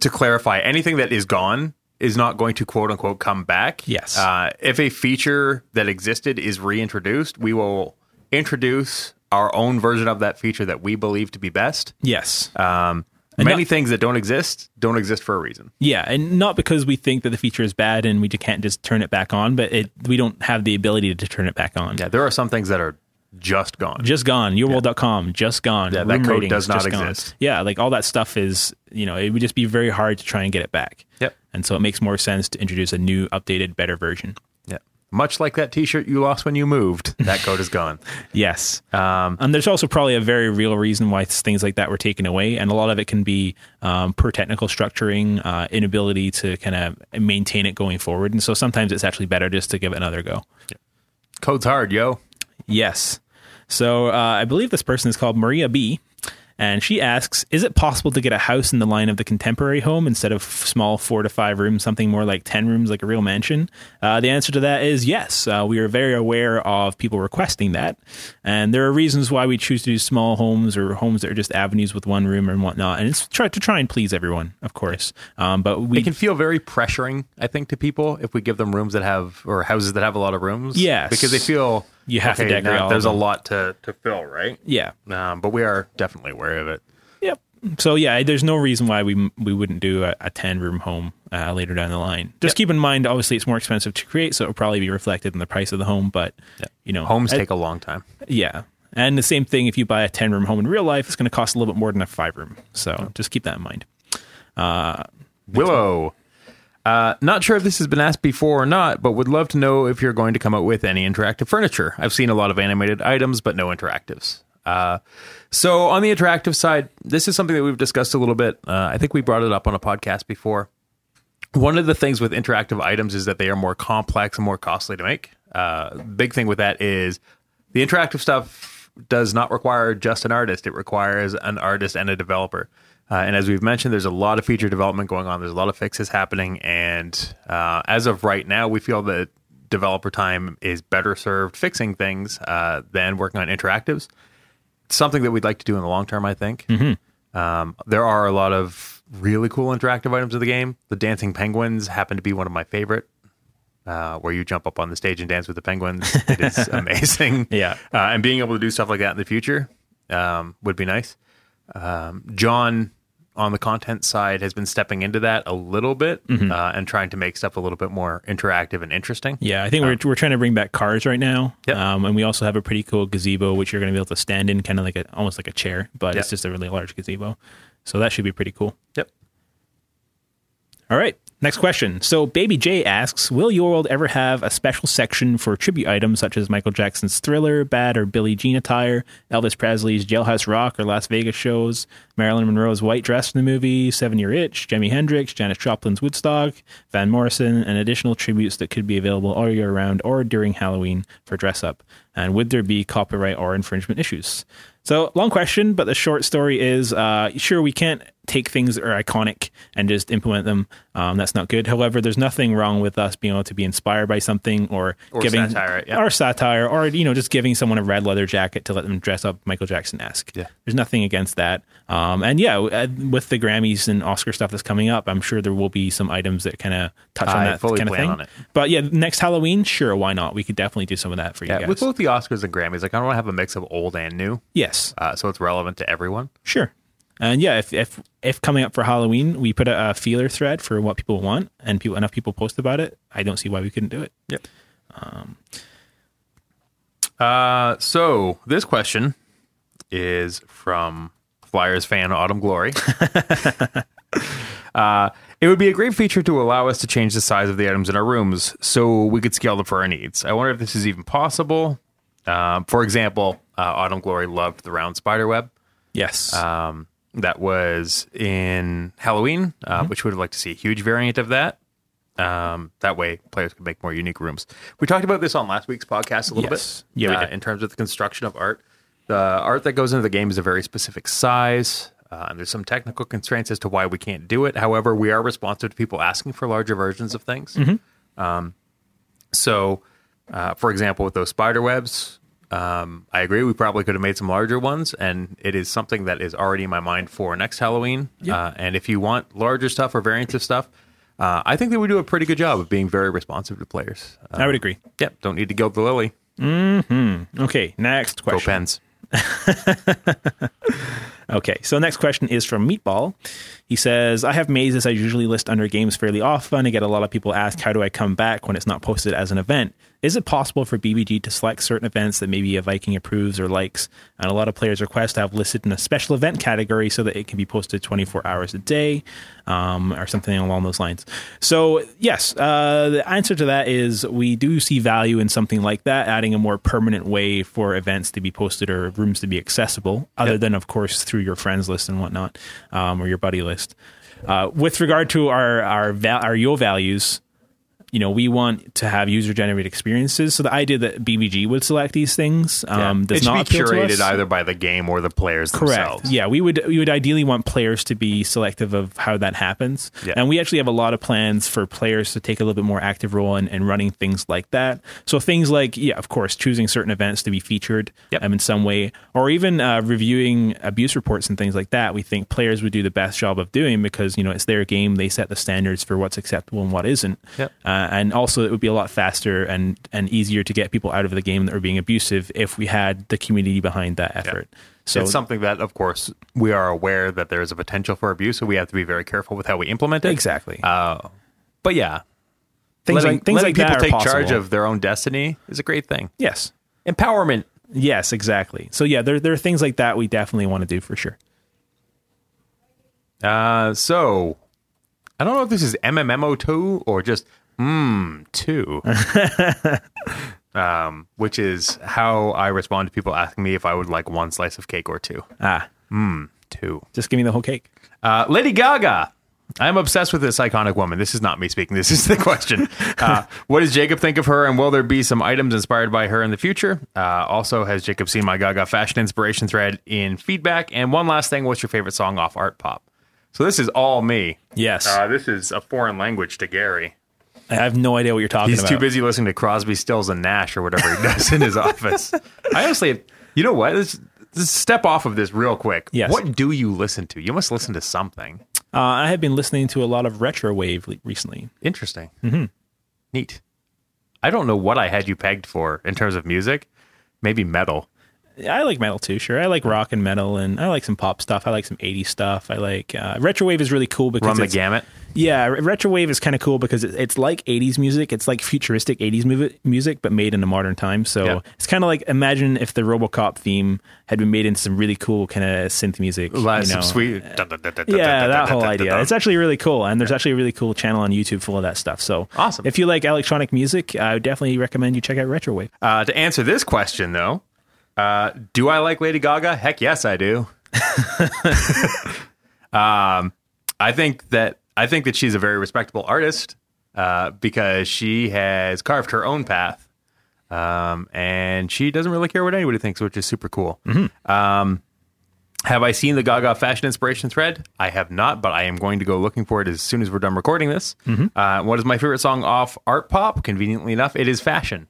Speaker 2: to clarify, anything that is gone is not going to quote unquote come back.
Speaker 3: Yes.
Speaker 2: Uh, if a feature that existed is reintroduced, we will introduce our own version of that feature that we believe to be best.
Speaker 3: Yes. And
Speaker 2: Many
Speaker 3: not-
Speaker 2: things that don't exist don't exist for a reason.
Speaker 3: yeah. And not because we think that the feature is bad and we can't just turn it back on, but it, we don't have the ability to turn it back on.
Speaker 2: Yeah, there are some things that are just gone.
Speaker 3: just gone. Yourworld.com, just gone.
Speaker 2: Yeah, that
Speaker 3: Room
Speaker 2: code
Speaker 3: ratings,
Speaker 2: does not
Speaker 3: just gone.
Speaker 2: exist.
Speaker 3: Yeah, like all that stuff is, you know, it would just be very hard to try and get it back.
Speaker 2: Yep.
Speaker 3: And so it makes more sense to introduce a new, updated, better version.
Speaker 2: yeah. Much like that T-shirt you lost when you moved, that code is gone.
Speaker 3: Yes. Um, and there's also probably a very real reason why things like that were taken away. And a lot of it can be um, per technical structuring, uh, inability to kind of maintain it going forward. And so sometimes it's actually better just to give it another go.
Speaker 2: Code's hard, yo.
Speaker 3: Yes. So uh, I believe this person is called Maria B. And she asks, is it possible to get a house in the line of the contemporary home instead of f- small four to five rooms, something more like 10 rooms, like a real mansion? Uh, the answer to that is yes. Uh, we are very aware of people requesting that. And there are reasons why we choose to do small homes or homes that are just avenues with one room and whatnot. And it's try to try and please everyone, of course. Um, but we
Speaker 2: It can feel very pressuring, I think, to people if we give them rooms that have or houses that have a lot of rooms.
Speaker 3: Yes.
Speaker 2: because they feel
Speaker 3: You have to
Speaker 2: okay,
Speaker 3: decorate
Speaker 2: now
Speaker 3: all of
Speaker 2: There's a
Speaker 3: them.
Speaker 2: lot to to fill, right?
Speaker 3: yeah.
Speaker 2: Um, but we are definitely aware of it.
Speaker 3: Yep. So yeah, there's no reason why we we wouldn't do a, a ten room home uh, later down the line. Just keep in mind, obviously, it's more expensive to create, so it'll probably be reflected in the price of the home. But you know,
Speaker 2: Homes
Speaker 3: uh,
Speaker 2: take a long time.
Speaker 3: yeah. And the same thing, if you buy a ten room home in real life, it's going to cost a little bit more than a five room. So just keep that in mind.
Speaker 2: Willow. Uh, not sure if this has been asked before or not, but would love to know if you're going to come out with any interactive furniture. I've seen a lot of animated items, but no interactives. Uh, so on the interactive side, this is something that we've discussed a little bit. Uh, I think we brought it up on a podcast before. One of the things with interactive items is that they are more complex and more costly to make. Uh, big thing with that is the interactive stuff does not require just an artist; it requires an artist and a developer. Uh, and as we've mentioned, there's a lot of feature development going on. There's a lot of fixes happening, and uh, as of right now, we feel that developer time is better served fixing things uh, than working on interactives something that we'd like to do in the long term. I think
Speaker 3: Mm-hmm.
Speaker 2: um, there are a lot of really cool interactive items of the game. The dancing penguins happen to be one of my favorite. Uh, where you jump up on the stage and dance with the penguins, it is amazing.
Speaker 3: Yeah.
Speaker 2: uh, and being able to do stuff like that in the future um, would be nice. Um, John, on the content side, has been stepping into that a little bit uh, and trying to make stuff a little bit more interactive and interesting.
Speaker 3: Mm-hmm. Yeah, I think we're we're trying to bring back cars right now.
Speaker 2: Yep.
Speaker 3: Um, and we also have a pretty cool gazebo which you're going to be able to stand in, kind of like a almost like a chair, but
Speaker 2: Yep.
Speaker 3: it's just a really large gazebo. So that should be pretty cool.
Speaker 2: Yep.
Speaker 3: All right. Next question. So, Baby J asks Will Your World ever have a special section for tribute items such as Michael Jackson's Thriller, Bad or Billie Jean attire, Elvis Presley's Jailhouse Rock or Las Vegas shows, Marilyn Monroe's white dress from the movie, Seven Year Itch, Jimi Hendrix, Janis Joplin's Woodstock, Van Morrison, and additional tributes that could be available all year round or during Halloween for dress up? And would there be copyright or infringement issues? So, long question, but the short story is uh, sure, we can't take things that are iconic and just implement them. Um, that's not good. However, there's nothing wrong with us being able to be inspired by something or,
Speaker 2: Or
Speaker 3: giving
Speaker 2: satire it, yeah.
Speaker 3: or satire or you know just giving someone a red leather jacket to let them dress up Michael Jackson esque.
Speaker 2: Yeah.
Speaker 3: There's nothing against that. Um, and yeah, w- uh, with the Grammys and Oscar stuff that's coming up, I'm sure there will be some items that kind of touch on
Speaker 2: I
Speaker 3: that
Speaker 2: fully
Speaker 3: kind of
Speaker 2: plan
Speaker 3: thing.
Speaker 2: on it.
Speaker 3: But yeah, next Halloween, sure, why not? We could definitely do some of that for you
Speaker 2: Yeah,
Speaker 3: guys.
Speaker 2: with both the Oscars and Grammys, like I want to have a mix of old and new,
Speaker 3: yes.
Speaker 2: uh, so it's relevant to everyone.
Speaker 3: Sure. And yeah, if if if coming up for Halloween, we put a, a feeler thread for what people want, and people enough people post about it. I don't see why we couldn't do it.
Speaker 2: Yep. Um, uh, so this question is from Flyers fan Autumn Glory. uh, it would be a great feature to allow us to change the size of the items in our rooms so we could scale them for our needs. I wonder if this is even possible. Um, for example, uh, Autumn Glory loved the round spider web.
Speaker 3: Yes.
Speaker 2: um, that was in Halloween, uh,
Speaker 3: Mm-hmm.
Speaker 2: which would have liked to see a huge variant of that. Um, that way, players could make more unique rooms. We talked about this on last week's podcast a little
Speaker 3: Yes.
Speaker 2: bit.
Speaker 3: Yeah, we
Speaker 2: uh,
Speaker 3: did.
Speaker 2: in terms of the construction of art, the art that goes into the game is a very specific size. Uh, and there's some technical constraints as to why we can't do it. However, we are responsive to people asking for larger versions of things. Um,
Speaker 3: Mm-hmm.
Speaker 2: so, uh, for example, with those spider webs, um, I agree. We probably could have made some larger ones, and it is something that is already in my mind for next Halloween. Uh, and if you want larger stuff or variants of stuff, uh, I think that we do a pretty good job of being very responsive to players. Uh,
Speaker 3: I would agree.
Speaker 2: yep, don't need to gild the lily.
Speaker 3: Okay. Next
Speaker 2: Go
Speaker 3: question.
Speaker 2: pens.
Speaker 3: Okay, so next question is from Meatball. He says, I have mazes I usually list under games fairly often. I get a lot of people ask, how do I come back when it's not posted as an event? Is it possible for BBG to select certain events that maybe a Viking approves or likes? And a lot of players request to have listed in a special event category so that it can be posted 24 hours a day um, or something along those lines. So, yes, uh, the answer to that is we do see value in something like that, adding a more permanent way for events to be posted or rooms to be accessible, other than, of course, through your friends list and whatnot, um, or your buddy list. Uh, with regard to our our val- our yo values, you know, we want to have user generated experiences. So the idea that BBG would select these things um,
Speaker 2: it
Speaker 3: does
Speaker 2: should
Speaker 3: not
Speaker 2: be
Speaker 3: appeal to us.
Speaker 2: curated either by the game or the players themselves.
Speaker 3: Yeah, we would we would ideally want players to be selective of how that happens.
Speaker 2: Yeah.
Speaker 3: And we actually have a lot of plans for players to take a little bit more active role in, in running things like that. So things like yeah, of course, choosing certain events to be featured
Speaker 2: Yep.
Speaker 3: um, in some way, or even uh, reviewing abuse reports and things like that. We think players would do the best job of doing because you know it's their game; they set the standards for what's acceptable and what isn't.
Speaker 2: Yep.
Speaker 3: Uh, and also, it would be a lot faster and and easier to get people out of the game that are being abusive if we had the community behind that effort. So
Speaker 2: it's something that, of course, we are aware that there is a potential for abuse, so we have to be very careful with how we implement it.
Speaker 3: Exactly.
Speaker 2: Uh, but yeah,
Speaker 3: things
Speaker 2: letting,
Speaker 3: like things
Speaker 2: letting people
Speaker 3: like that are
Speaker 2: take
Speaker 3: possible.
Speaker 2: charge of their own destiny is a great thing.
Speaker 3: yes,
Speaker 2: Empowerment.
Speaker 3: yes, exactly. So yeah, there there are things like that we definitely want to do for sure.
Speaker 2: Uh, so I don't know if this is MMMO2 or just mm2, um, which is how I respond to people asking me if I would like one slice of cake or two.
Speaker 3: Ah,
Speaker 2: Two.
Speaker 3: just give me the whole cake.
Speaker 2: Uh, Lady Gaga. I'm obsessed with this iconic woman. This is not me speaking. This is the question. Uh, what does Jacob think of her, and will there be some items inspired by her in the future? Uh, also, has Jacob seen my Gaga fashion inspiration thread in feedback? And one last thing, what's your favorite song off Art Pop? So this is all me.
Speaker 3: Yes,
Speaker 2: Uh, this is a foreign language to Gary.
Speaker 3: I have no idea what you're talking
Speaker 2: He's
Speaker 3: about.
Speaker 2: too busy listening to Crosby, Stills, and Nash or whatever he does in his office. I honestly, you know what? Let's, let's step off of this real quick.
Speaker 3: Yes.
Speaker 2: What do you listen to? You must listen to something.
Speaker 3: Uh, I have been listening to a lot of retro wave le- recently.
Speaker 2: Interesting. Mm-hmm. Neat. I don't know what I had you pegged for in terms of music. Maybe metal.
Speaker 3: I like metal too, sure. I like rock and metal, and I like some pop stuff. I like some '80s stuff. I like uh, retro wave is really cool because
Speaker 2: Run the
Speaker 3: it's-
Speaker 2: gamut.
Speaker 3: Yeah, re- retro wave is kind of cool because it, it's like 80s music. It's like futuristic 80s mu- music, but made in a modern time. So
Speaker 2: Yeah.
Speaker 3: it's kind of like imagine if the Robocop theme had been made into some really cool kind of synth music. you
Speaker 2: Last
Speaker 3: know.
Speaker 2: sweet.
Speaker 3: Yeah, that whole idea. It's actually really cool. And there's actually a really cool channel on YouTube full of that stuff. So
Speaker 2: Awesome.
Speaker 3: If you like electronic music, I would definitely recommend you check out Retro Wave.
Speaker 2: Uh, to answer this question, though, uh, do I like Lady Gaga? Heck yes, I do. um, I think that I think that she's a very respectable artist uh, because she has carved her own path, um, and she doesn't really care what anybody thinks, which is super cool. Um, Have I seen the Gaga fashion inspiration thread? I have not, but I am going to go looking for it as soon as we're done recording this. Uh, what is my favorite song off Art Pop? Conveniently enough, it is Fashion.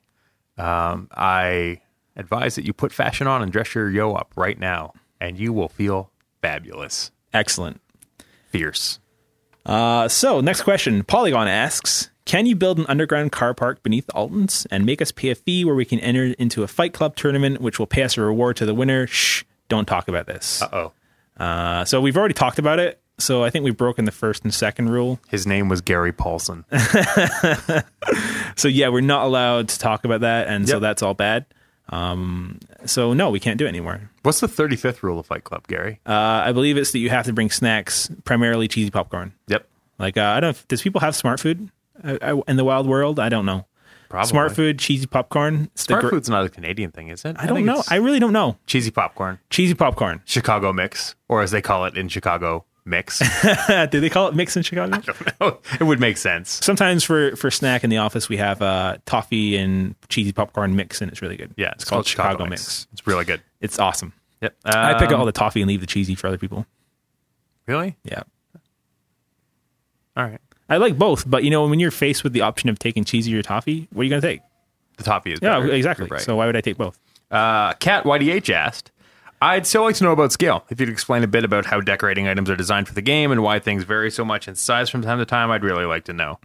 Speaker 2: Um, I advise that you put fashion on and dress your yo up right now, and you will feel fabulous,
Speaker 3: Excellent.
Speaker 2: fierce.
Speaker 3: Uh, so, next question. Polygon asks Can you build an underground car park beneath Alton's and make us pay a fee where we can enter into a fight club tournament, which will pay us a reward to the winner? Shh, don't talk about this.
Speaker 2: Oh,
Speaker 3: Uh, so, we've already talked about it. So, I think we've broken the first and second rule.
Speaker 2: his name was Gary Paulson.
Speaker 3: So, yeah, we're not allowed to talk about that. And so
Speaker 2: Yep.
Speaker 3: that's all bad. Um, so, no, we can't do it anymore.
Speaker 2: What's the thirty fifth rule of Fight Club, Gary?
Speaker 3: Uh, I believe it's that you have to bring snacks, primarily cheesy popcorn.
Speaker 2: yep,
Speaker 3: Like uh, I don't. know if- Does people have smart food uh, uh, in the wild world? I don't know.
Speaker 2: Probably.
Speaker 3: Smart food, cheesy popcorn. it's the
Speaker 2: Smart
Speaker 3: gr-
Speaker 2: food's not a Canadian thing, is it?
Speaker 3: I don't know. I
Speaker 2: I
Speaker 3: really don't know.
Speaker 2: cheesy popcorn,
Speaker 3: Cheesy popcorn.
Speaker 2: Chicago mix, or as they call it in Chicago, mix.
Speaker 3: Do they call it mix in Chicago?
Speaker 2: it would make sense.
Speaker 3: Sometimes for for snack in the office we have uh, toffee and cheesy popcorn mix, and it's really good.
Speaker 2: Yeah,
Speaker 3: it's, called, Chicago, mix. Uh,
Speaker 2: It's really good.
Speaker 3: It's awesome.
Speaker 2: Yep.
Speaker 3: I pick up
Speaker 2: Um,
Speaker 3: all the toffee and leave the cheesy for other people.
Speaker 2: Really?
Speaker 3: Yeah.
Speaker 2: All right.
Speaker 3: I like both, but you know when you're faced with the option of taking cheesy or toffee, what are you gonna take?
Speaker 2: The toffee is
Speaker 3: Yeah,
Speaker 2: better.
Speaker 3: exactly.
Speaker 2: You're Right.
Speaker 3: So why would I take both?
Speaker 2: uh, Cat YDH asked, "I'd still like to know about scale. If you'd explain a bit about how decorating items are designed for the game and why things vary so much in size from time to time, I'd really like to know."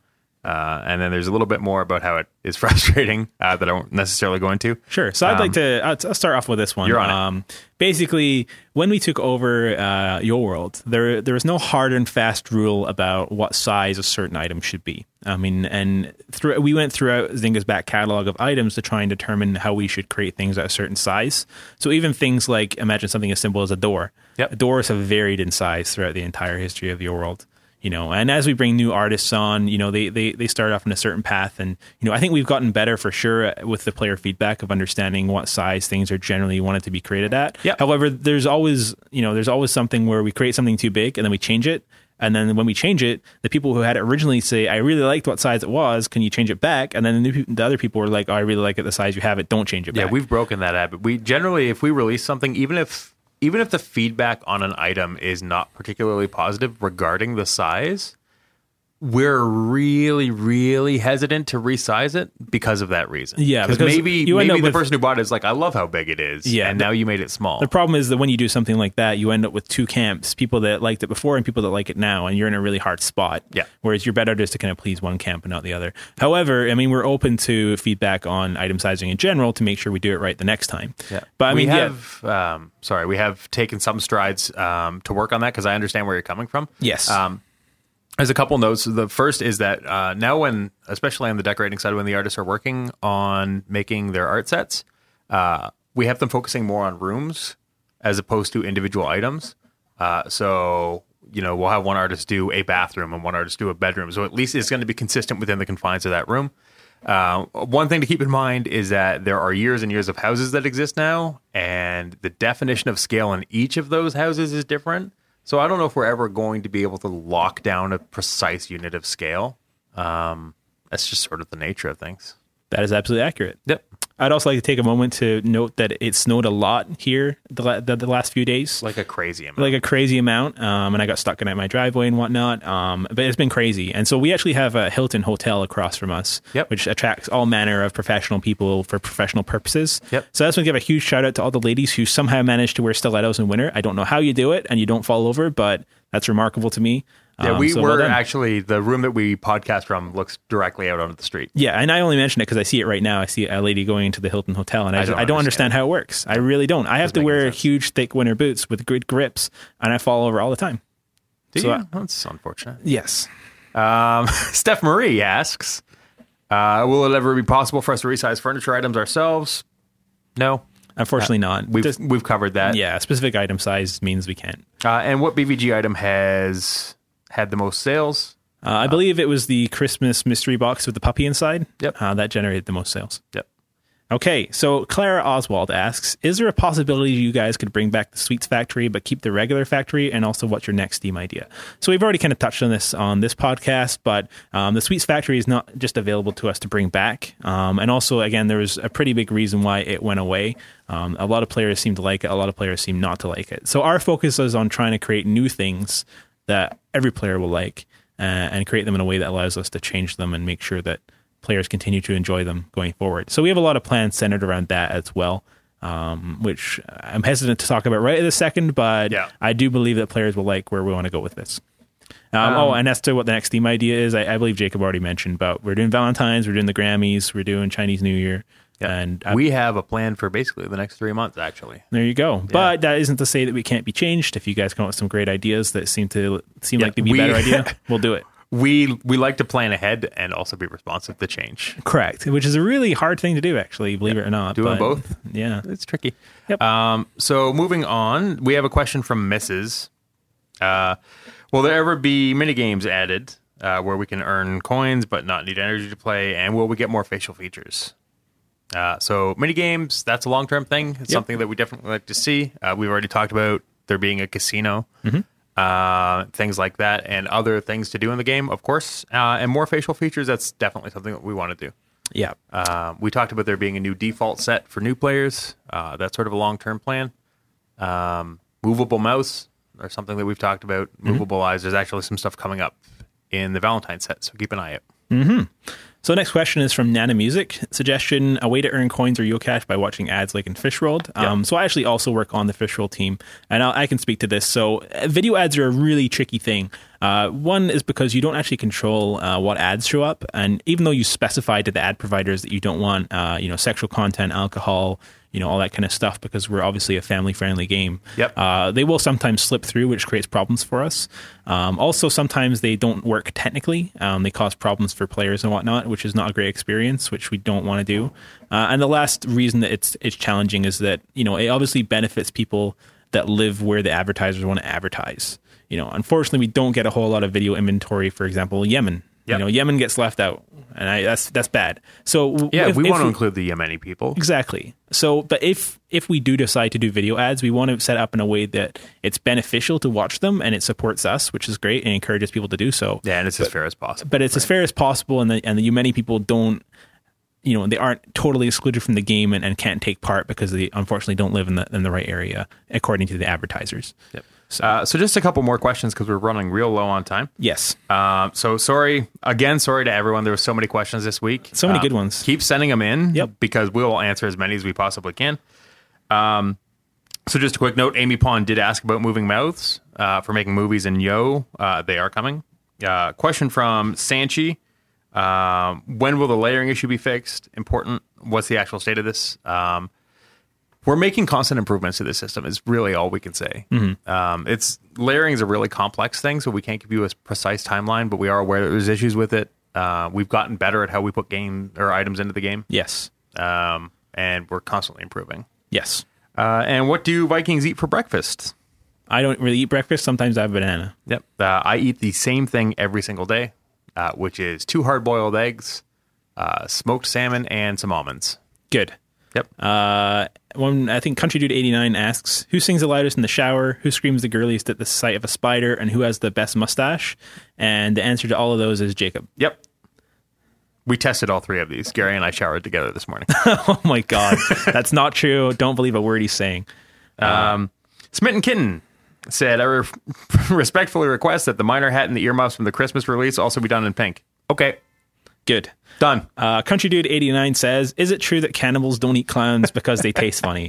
Speaker 2: Uh, and then there's a little bit more about how it is frustrating uh, that I won't necessarily go into.
Speaker 3: Sure. So I'd like to. I'll, I'll start off with this one.
Speaker 2: Um, You're on it.
Speaker 3: Um, basically, when we took over uh, your world, there there was no hard and fast rule about what size a certain item should be. I mean, and through we went throughout Zynga's back catalog of items to try and determine how we should create things at a certain size. So even things like imagine something as simple as a door.
Speaker 2: Yep.
Speaker 3: Doors have varied in size throughout the entire history of your world you know and as we bring new artists on you know they, they they start off in a certain path and you know i think we've gotten better for sure uh, with the player feedback of understanding what size things are generally wanted to be created at
Speaker 2: Yeah.
Speaker 3: however there's always you know there's always something where we create something too big and then we change it and then when we change it the people who had it originally say i really liked what size it was can you change it back and then the, new, peop- the other people were like oh, i really like it the size you have it don't change it
Speaker 2: Yeah,
Speaker 3: back
Speaker 2: we've broken that habit. We generally, if we release something, even if even if the feedback on an item is not particularly positive regarding the size, we're really, really hesitant to resize it because of that reason.
Speaker 3: Yeah,
Speaker 2: because
Speaker 3: because
Speaker 2: maybe
Speaker 3: you end
Speaker 2: maybe
Speaker 3: up
Speaker 2: the
Speaker 3: with-
Speaker 2: person who bought it is like, I love how big it is.
Speaker 3: Yeah,
Speaker 2: and
Speaker 3: the-
Speaker 2: now you made it small.
Speaker 3: The problem is that when you do something like that, you end up with two camps: people that liked it before and people that like it now, and you're in a really hard spot.
Speaker 2: Yeah.
Speaker 3: Whereas you're better just to kind of please one camp and not the other. However, I mean, we're open to feedback on item sizing in general to make sure we do it right the next time. But I
Speaker 2: we
Speaker 3: mean, yeah,
Speaker 2: have um, sorry, we have taken some strides um, to work on that because I understand where you're coming from.
Speaker 3: Yes.
Speaker 2: Um, there's a couple notes. The first is that uh, now, when especially on the decorating side, when the artists are working on making their art sets, uh, we have them focusing more on rooms as opposed to individual items. Uh, so you know, we'll have one artist do a bathroom and one artist do a bedroom. So at least it's going to be consistent within the confines of that room. Uh, one thing to keep in mind is that there are years and years of houses that exist now, and the definition of scale in each of those houses is different. So I don't know if we're ever going to be able to lock down a precise unit of scale. Um, that's just sort of the nature of things.
Speaker 3: that is absolutely accurate.
Speaker 2: Yep.
Speaker 3: I'd also like to take a moment to note that it snowed a lot here the, la- the, the last few days.
Speaker 2: Like a crazy amount.
Speaker 3: like a crazy amount. Um, and I got stuck in at my driveway and whatnot. Um, but it's been crazy. And so we actually have a Hilton hotel across from us,
Speaker 2: Yep.
Speaker 3: which attracts all manner of professional people for professional purposes.
Speaker 2: Yep.
Speaker 3: So that's want to give a huge shout out to all the ladies who somehow managed to wear stilettos in winter. I don't know how you do it and you don't fall over, but that's remarkable to me.
Speaker 2: yeah,
Speaker 3: Um,
Speaker 2: we
Speaker 3: so well
Speaker 2: were
Speaker 3: done.
Speaker 2: actually the room that we podcast from looks directly out onto the street.
Speaker 3: Yeah, and I only mention it because I see it right now. I see a lady going into the Hilton Hotel, and I, I don't,
Speaker 2: don't
Speaker 3: understand.
Speaker 2: understand.
Speaker 3: how it works. I really don't. I have to
Speaker 2: make any
Speaker 3: wear
Speaker 2: sense.
Speaker 3: huge, thick winter boots with good grips, and I fall over all the time.
Speaker 2: Do
Speaker 3: So
Speaker 2: you?
Speaker 3: I-
Speaker 2: That's unfortunate.
Speaker 3: Yes.
Speaker 2: Um, Steph Marie asks, uh, "Will it ever be possible for us to resize furniture items ourselves?" No,
Speaker 3: Unfortunately, not.
Speaker 2: we've
Speaker 3: Just-
Speaker 2: we've covered that.
Speaker 3: yeah, specific item size means we can't.
Speaker 2: Uh, and what BVG item has had the most sales?
Speaker 3: Uh, I believe it was the Christmas mystery box with the puppy inside.
Speaker 2: Yep.
Speaker 3: Uh, that generated the most sales.
Speaker 2: Yep.
Speaker 3: Okay, so Clara Oswald asks, is there a possibility you guys could bring back the sweets factory but keep the regular factory? And also, what's your next Steam idea? So we've already kind of touched on this on this podcast, but um, the sweets factory is not just available to us to bring back. Um, and also, again, there was a pretty big reason why it went away. Um, a lot of players seem to like it. A lot of players seem not to like it. So our focus is on trying to create new things that every player will like uh, and create them in a way that allows us to change them and make sure that players continue to enjoy them going forward. So we have a lot of plans centered around that as well, um, which I'm hesitant to talk about right at the second, but
Speaker 2: Yeah.
Speaker 3: I do believe that players will like where we want to go with this. Um, oh, and as to what the next theme idea is, I, I believe Jacob already mentioned, but we're doing Valentine's, we're doing the Grammys, we're doing Chinese New Year. And uh,
Speaker 2: we have a plan for basically the next three months, actually.
Speaker 3: there you go. But that isn't to say that we can't be changed. If you guys come up with some great ideas that seem to seem
Speaker 2: Yeah,
Speaker 3: like to be
Speaker 2: we-
Speaker 3: better idea, we'll do it.
Speaker 2: We we like to plan ahead and also be responsive to change.
Speaker 3: Correct. Which is a really hard thing to do, actually, believe it or not.
Speaker 2: Doing
Speaker 3: but-
Speaker 2: both?
Speaker 3: Yeah.
Speaker 2: It's tricky.
Speaker 3: Yep.
Speaker 2: Um, so moving on, we have a question from Mrs. Uh, will there ever be minigames added uh, where we can earn coins but not need energy to play? And will we get more facial features? Uh, so minigames, that's a long term thing. It's something that we definitely like to see. Uh, we've already talked about there being a casino.
Speaker 3: Mm-hmm.
Speaker 2: Uh, things like that, and other things to do in the game, of course, uh, and more facial features. That's definitely something that we want to do.
Speaker 3: Yeah. Uh,
Speaker 2: Um, we talked about there being a new default set for new players. Uh, that's sort of a long term plan. Um, movable mouse or something that we've talked about. Movable eyes. There's actually some stuff coming up in the Valentine set, so keep an eye out.
Speaker 3: So next question is from Nana Music. Suggestion: A way to earn coins or Yocash by watching ads like in Fishworld. Um, So I actually also work on the Fishworld team, and I'll, I can speak to this. So uh, video ads are a really tricky thing. Uh, one is because you don't actually control uh, what ads show up, and even though you specify to the ad providers that you don't want, uh, you know, sexual content, alcohol, you know, all that kind of stuff, because we're obviously a family-friendly game.
Speaker 2: Yep.
Speaker 3: Uh, they will sometimes slip through, which creates problems for us. Um, also, sometimes they don't work technically. Um, they cause problems for players and whatnot, which is not a great experience, which we don't want to do. Uh, and the last reason that it's it's challenging is that you know it obviously benefits people that live where the advertisers want to advertise. You know, unfortunately, we don't get a whole lot of video inventory. For example, Yemen.
Speaker 2: Yep.
Speaker 3: You know, Yemen gets left out, and I, that's that's bad. So w-
Speaker 2: Yeah,
Speaker 3: if-
Speaker 2: we
Speaker 3: if
Speaker 2: want to include the Yemeni people.
Speaker 3: Exactly. So, but if if we do decide to do video ads, we want to set up in a way that it's beneficial to watch them and it supports us, which is great and encourages people to do so.
Speaker 2: Yeah, and it's as fair as possible.
Speaker 3: But it's as fair as possible, and the, and the many people don't, you know, they aren't totally excluded from the game and, and can't take part because they unfortunately don't live in the in the right area according to the advertisers.
Speaker 2: Yep. Uh, so just a couple more questions because we're running real low on time.
Speaker 3: Yes.
Speaker 2: Um, so sorry again, sorry to everyone. There were so many questions this week.
Speaker 3: So many
Speaker 2: Um,
Speaker 3: good ones.
Speaker 2: Keep sending them in.
Speaker 3: Yep.
Speaker 2: because we will answer as many as we possibly can. Um, so just a quick note: Amy Pond did ask about moving mouths uh, for making movies in Yo. Uh, they are coming. Uh, question from Sanchi: um, When will the layering issue be fixed? Important. What's the actual state of this? Um, we're making constant improvements to the system is really all we can say um, it's layering is a really complex thing so we can't give you a precise timeline but we are aware that there's issues with it uh, we've gotten better at how we put game or items into the game
Speaker 3: Yes.
Speaker 2: um, and we're constantly improving
Speaker 3: Yes.
Speaker 2: uh, and what do vikings eat for breakfast
Speaker 3: I don't really eat breakfast. Sometimes I have a banana.
Speaker 2: yep uh, i eat the same thing every single day uh, which is two hard-boiled eggs uh, smoked salmon and some almonds
Speaker 3: Good.
Speaker 2: yep
Speaker 3: Uh, one, I think Country Dude 89 asks, who sings the loudest in the shower? Who screams the girliest at the sight of a spider? And who has the best mustache? And the answer to all of those is Jacob.
Speaker 2: yep we tested all three of these gary and i showered together this morning
Speaker 3: oh my God. That's not true. Don't believe a word he's saying.
Speaker 2: Smitten Kitten said, I re- respectfully request that the minor hat and the earmuffs from the Christmas release also be done in pink. Okay,
Speaker 3: Good.
Speaker 2: done.
Speaker 3: Uh, Country Dude 89 says, is it true that cannibals don't eat clowns because they taste funny?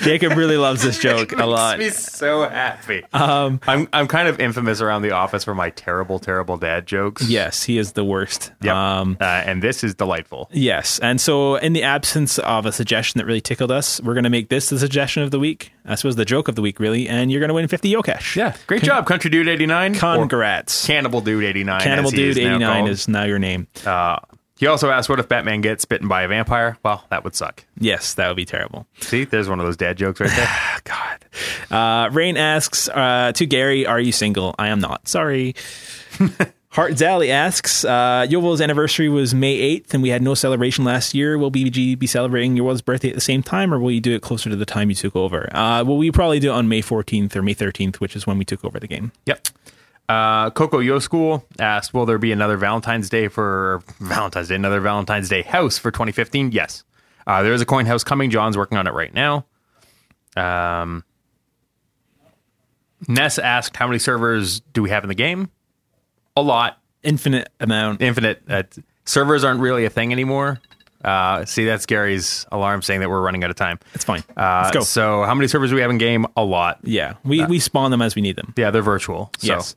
Speaker 3: Jacob really loves this joke a lot. Um,
Speaker 2: Makes me so happy. I'm I'm kind of infamous around the office for my terrible, terrible dad jokes.
Speaker 3: Yes, he is the worst.
Speaker 2: Yep.
Speaker 3: Um,
Speaker 2: uh, and this is delightful.
Speaker 3: Yes. And so, in the absence of a suggestion that really tickled us, we're going to make this the suggestion of the week. I suppose the joke of the week, really. And you're going to win 50 Yokesh.
Speaker 2: great job, Country Dude eighty nine.
Speaker 3: Congrats.
Speaker 2: Cannibal Dude eighty nine.
Speaker 3: Cannibal Dude 89 is now your name.
Speaker 2: He also asked, "What if Batman gets bitten by a vampire?" Well, that would suck.
Speaker 3: yes, that would be terrible.
Speaker 2: See, there's one of those dad jokes right there.
Speaker 3: God. Uh, Rain asks uh, to Gary, Are you single? I am not. Sorry. Hart Zally asks, uh, Yovel's anniversary was May 8th and we had no celebration last year. Will BBG be celebrating Yovel's birthday at the same time or will you do it closer to the time you took over? Uh, well, we probably do it on May 14th or May 13th, which is when we took over the game.
Speaker 2: Yep. Uh, Coco Yo School asked, "Will there be another Valentine's Day for Valentine's Day? Another Valentine's Day house for 2015?" Yes. Uh, there is a coin house coming. John's working on it right now. Um, Ness asked, "How many servers do we have in the game?" A lot,
Speaker 3: Infinite amount.
Speaker 2: infinite. Uh, servers aren't really a thing anymore. Uh, see, that's Gary's alarm saying that we're running out of time.
Speaker 3: It's fine.
Speaker 2: Uh,
Speaker 3: Let's go.
Speaker 2: So, uh, how many servers do we have in game? A lot.
Speaker 3: yeah, we, we spawn them as we need them.
Speaker 2: Yeah, they're virtual. So.
Speaker 3: Yes.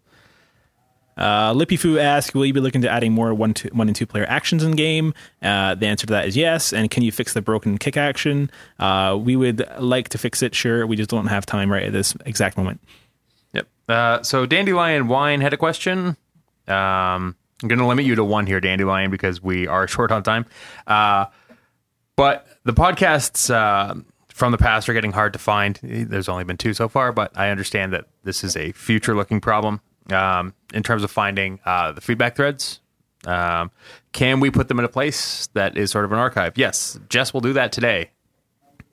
Speaker 3: Uh, Lippy Foo asks, will you be looking to adding more one, two, one and two player actions in game? Uh, the answer to that is yes. And can you fix the broken kick action? Uh, we would like to fix it, sure. We just don't have time right at this exact moment.
Speaker 2: Yep. Uh, so Dandelion Wine had a question. Um, I'm going to limit you to one here, Dandelion, because we are short on time. Uh, but the podcasts uh, from the past are getting hard to find. There's only been two so far, but I understand that this is a future looking problem um, in terms of finding uh, the feedback threads. Um, can we put them in a place that is sort of an archive? Yes. Jess will do that today.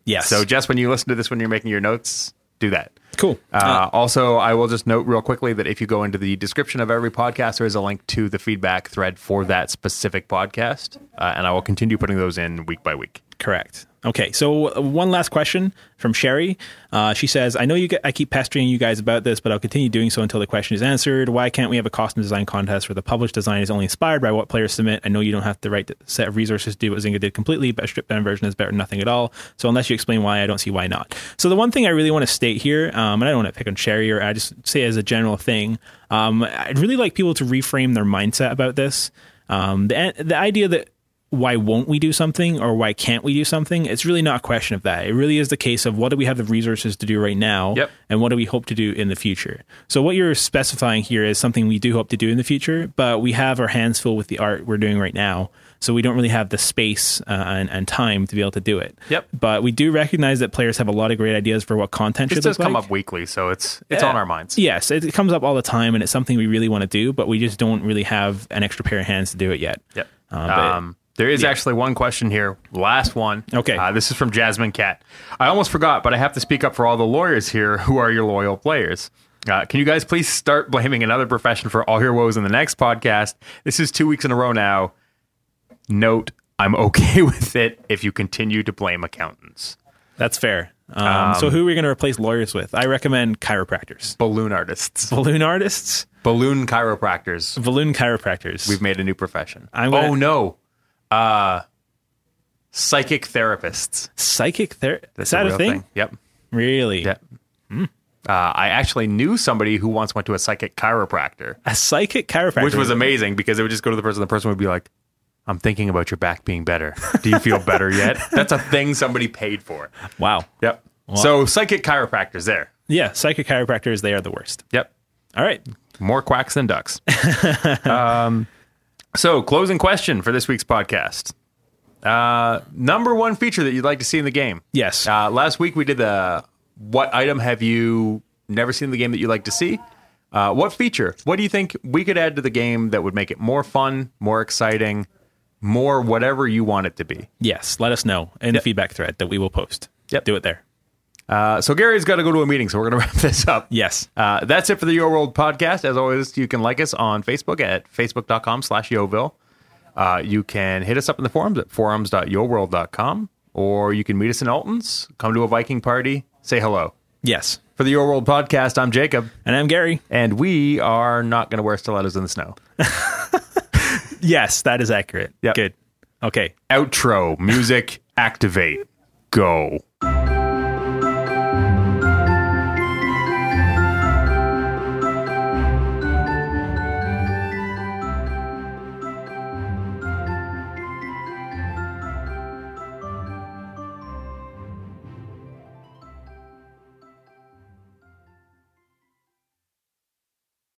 Speaker 3: Yes.
Speaker 2: So, Jess, when you listen to this, when you're making your notes, do that.
Speaker 3: cool.
Speaker 2: Uh, also, I will just note real quickly that if you go into the description of every podcast, there is a link to the feedback thread for that specific podcast, uh, and I will continue putting those in week by week.
Speaker 3: Correct. Okay, so uh, one last question from Sherry. Uh, she says, "I know you. Get, I keep pestering you guys about this, but I'll continue doing so until the question is answered. Why can't we have a costume design contest where the published design is only inspired by what players submit? I know you don't have the right set of resources to do what Zynga did completely, but a stripped down version is better than nothing at all. So unless you explain why, I don't see why not. So the one thing I really want to state here, um, and I don't want to pick on Sherry, or I just say as a general thing, um, I'd really like people to reframe their mindset about this. Um, the the idea that why won't we do something or why can't we do something? It's really not a question of that. It really is the case of what do we have the resources to do right now
Speaker 2: Yep.
Speaker 3: and what do we hope to do in the future. So what you're specifying here is something we do hope to do in the future, but we have our hands full with the art we're doing right now. So we don't really have the space uh, and, and time to be able to do it.
Speaker 2: Yep.
Speaker 3: But we do recognize that players have a lot of great ideas for what content
Speaker 2: This
Speaker 3: should
Speaker 2: does
Speaker 3: look
Speaker 2: come
Speaker 3: like.
Speaker 2: up weekly, so it's it's on our minds.
Speaker 3: Yes, it, it comes up all the time, and it's something we really want to do, but we just don't really have an extra pair of hands to do it yet.
Speaker 2: Yep.
Speaker 3: Uh, but-
Speaker 2: um, there is actually one question here. Last one.
Speaker 3: Okay.
Speaker 2: Uh, this is from Jasmine Cat. I almost forgot, but I have to speak up for all the lawyers here who are your loyal players. Uh, can you guys please start blaming another profession for all your woes in the next podcast? This is two weeks in a row now. Note, I'm okay with it if you continue to blame accountants.
Speaker 3: That's fair. Um, so who are we going to replace lawyers with? I recommend chiropractors,
Speaker 2: Balloon artists,
Speaker 3: balloon artists,
Speaker 2: balloon chiropractors.
Speaker 3: balloon chiropractors.
Speaker 2: We've made a new profession.
Speaker 3: I'm gonna-
Speaker 2: oh, no. Uh, psychic therapists.
Speaker 3: psychic therapy. Is
Speaker 2: That's
Speaker 3: that a
Speaker 2: real
Speaker 3: thing?
Speaker 2: Yep.
Speaker 3: Really?
Speaker 2: Yeah. Uh, I actually knew somebody who once went to a psychic chiropractor,
Speaker 3: A psychic chiropractor,
Speaker 2: which was amazing because they would just go to the person. The person would be like, "I'm thinking about your back being better. Do you feel better yet?" That's a thing somebody paid for.
Speaker 3: wow.
Speaker 2: Yep. So psychic chiropractors there.
Speaker 3: Yeah, psychic chiropractors. They are the worst.
Speaker 2: Yep.
Speaker 3: All right.
Speaker 2: More quacks than ducks. um, so closing question for this week's podcast. Uh, number one feature that you'd like to see in the game.
Speaker 3: Yes.
Speaker 2: Uh, last week we did the what item have you never seen in the game that you like to see? Uh, what feature? What do you think we could add to the game that would make it more fun, more exciting, more whatever you want it to be?
Speaker 3: yes. Let us know in the feedback thread that we will post.
Speaker 2: Yep.
Speaker 3: Do it there.
Speaker 2: Uh, so Gary's got to go to a meeting, so we're going to wrap this up.
Speaker 3: Yes.
Speaker 2: Uh, that's it for the Your World podcast. As always, you can like us on Facebook at facebook.com slash Yoville. Uh, you can hit us up in the forums at forums.yourworld.com, or you can meet us in Alton's, come to a Viking party, say hello.
Speaker 3: Yes.
Speaker 2: For the Your World podcast, I'm Jacob,
Speaker 3: And I'm Gary.
Speaker 2: and we are not going to wear stilettos in the snow.
Speaker 3: Yes, that is accurate.
Speaker 2: Yep.
Speaker 3: Good. Okay.
Speaker 2: Outro music activate. Go.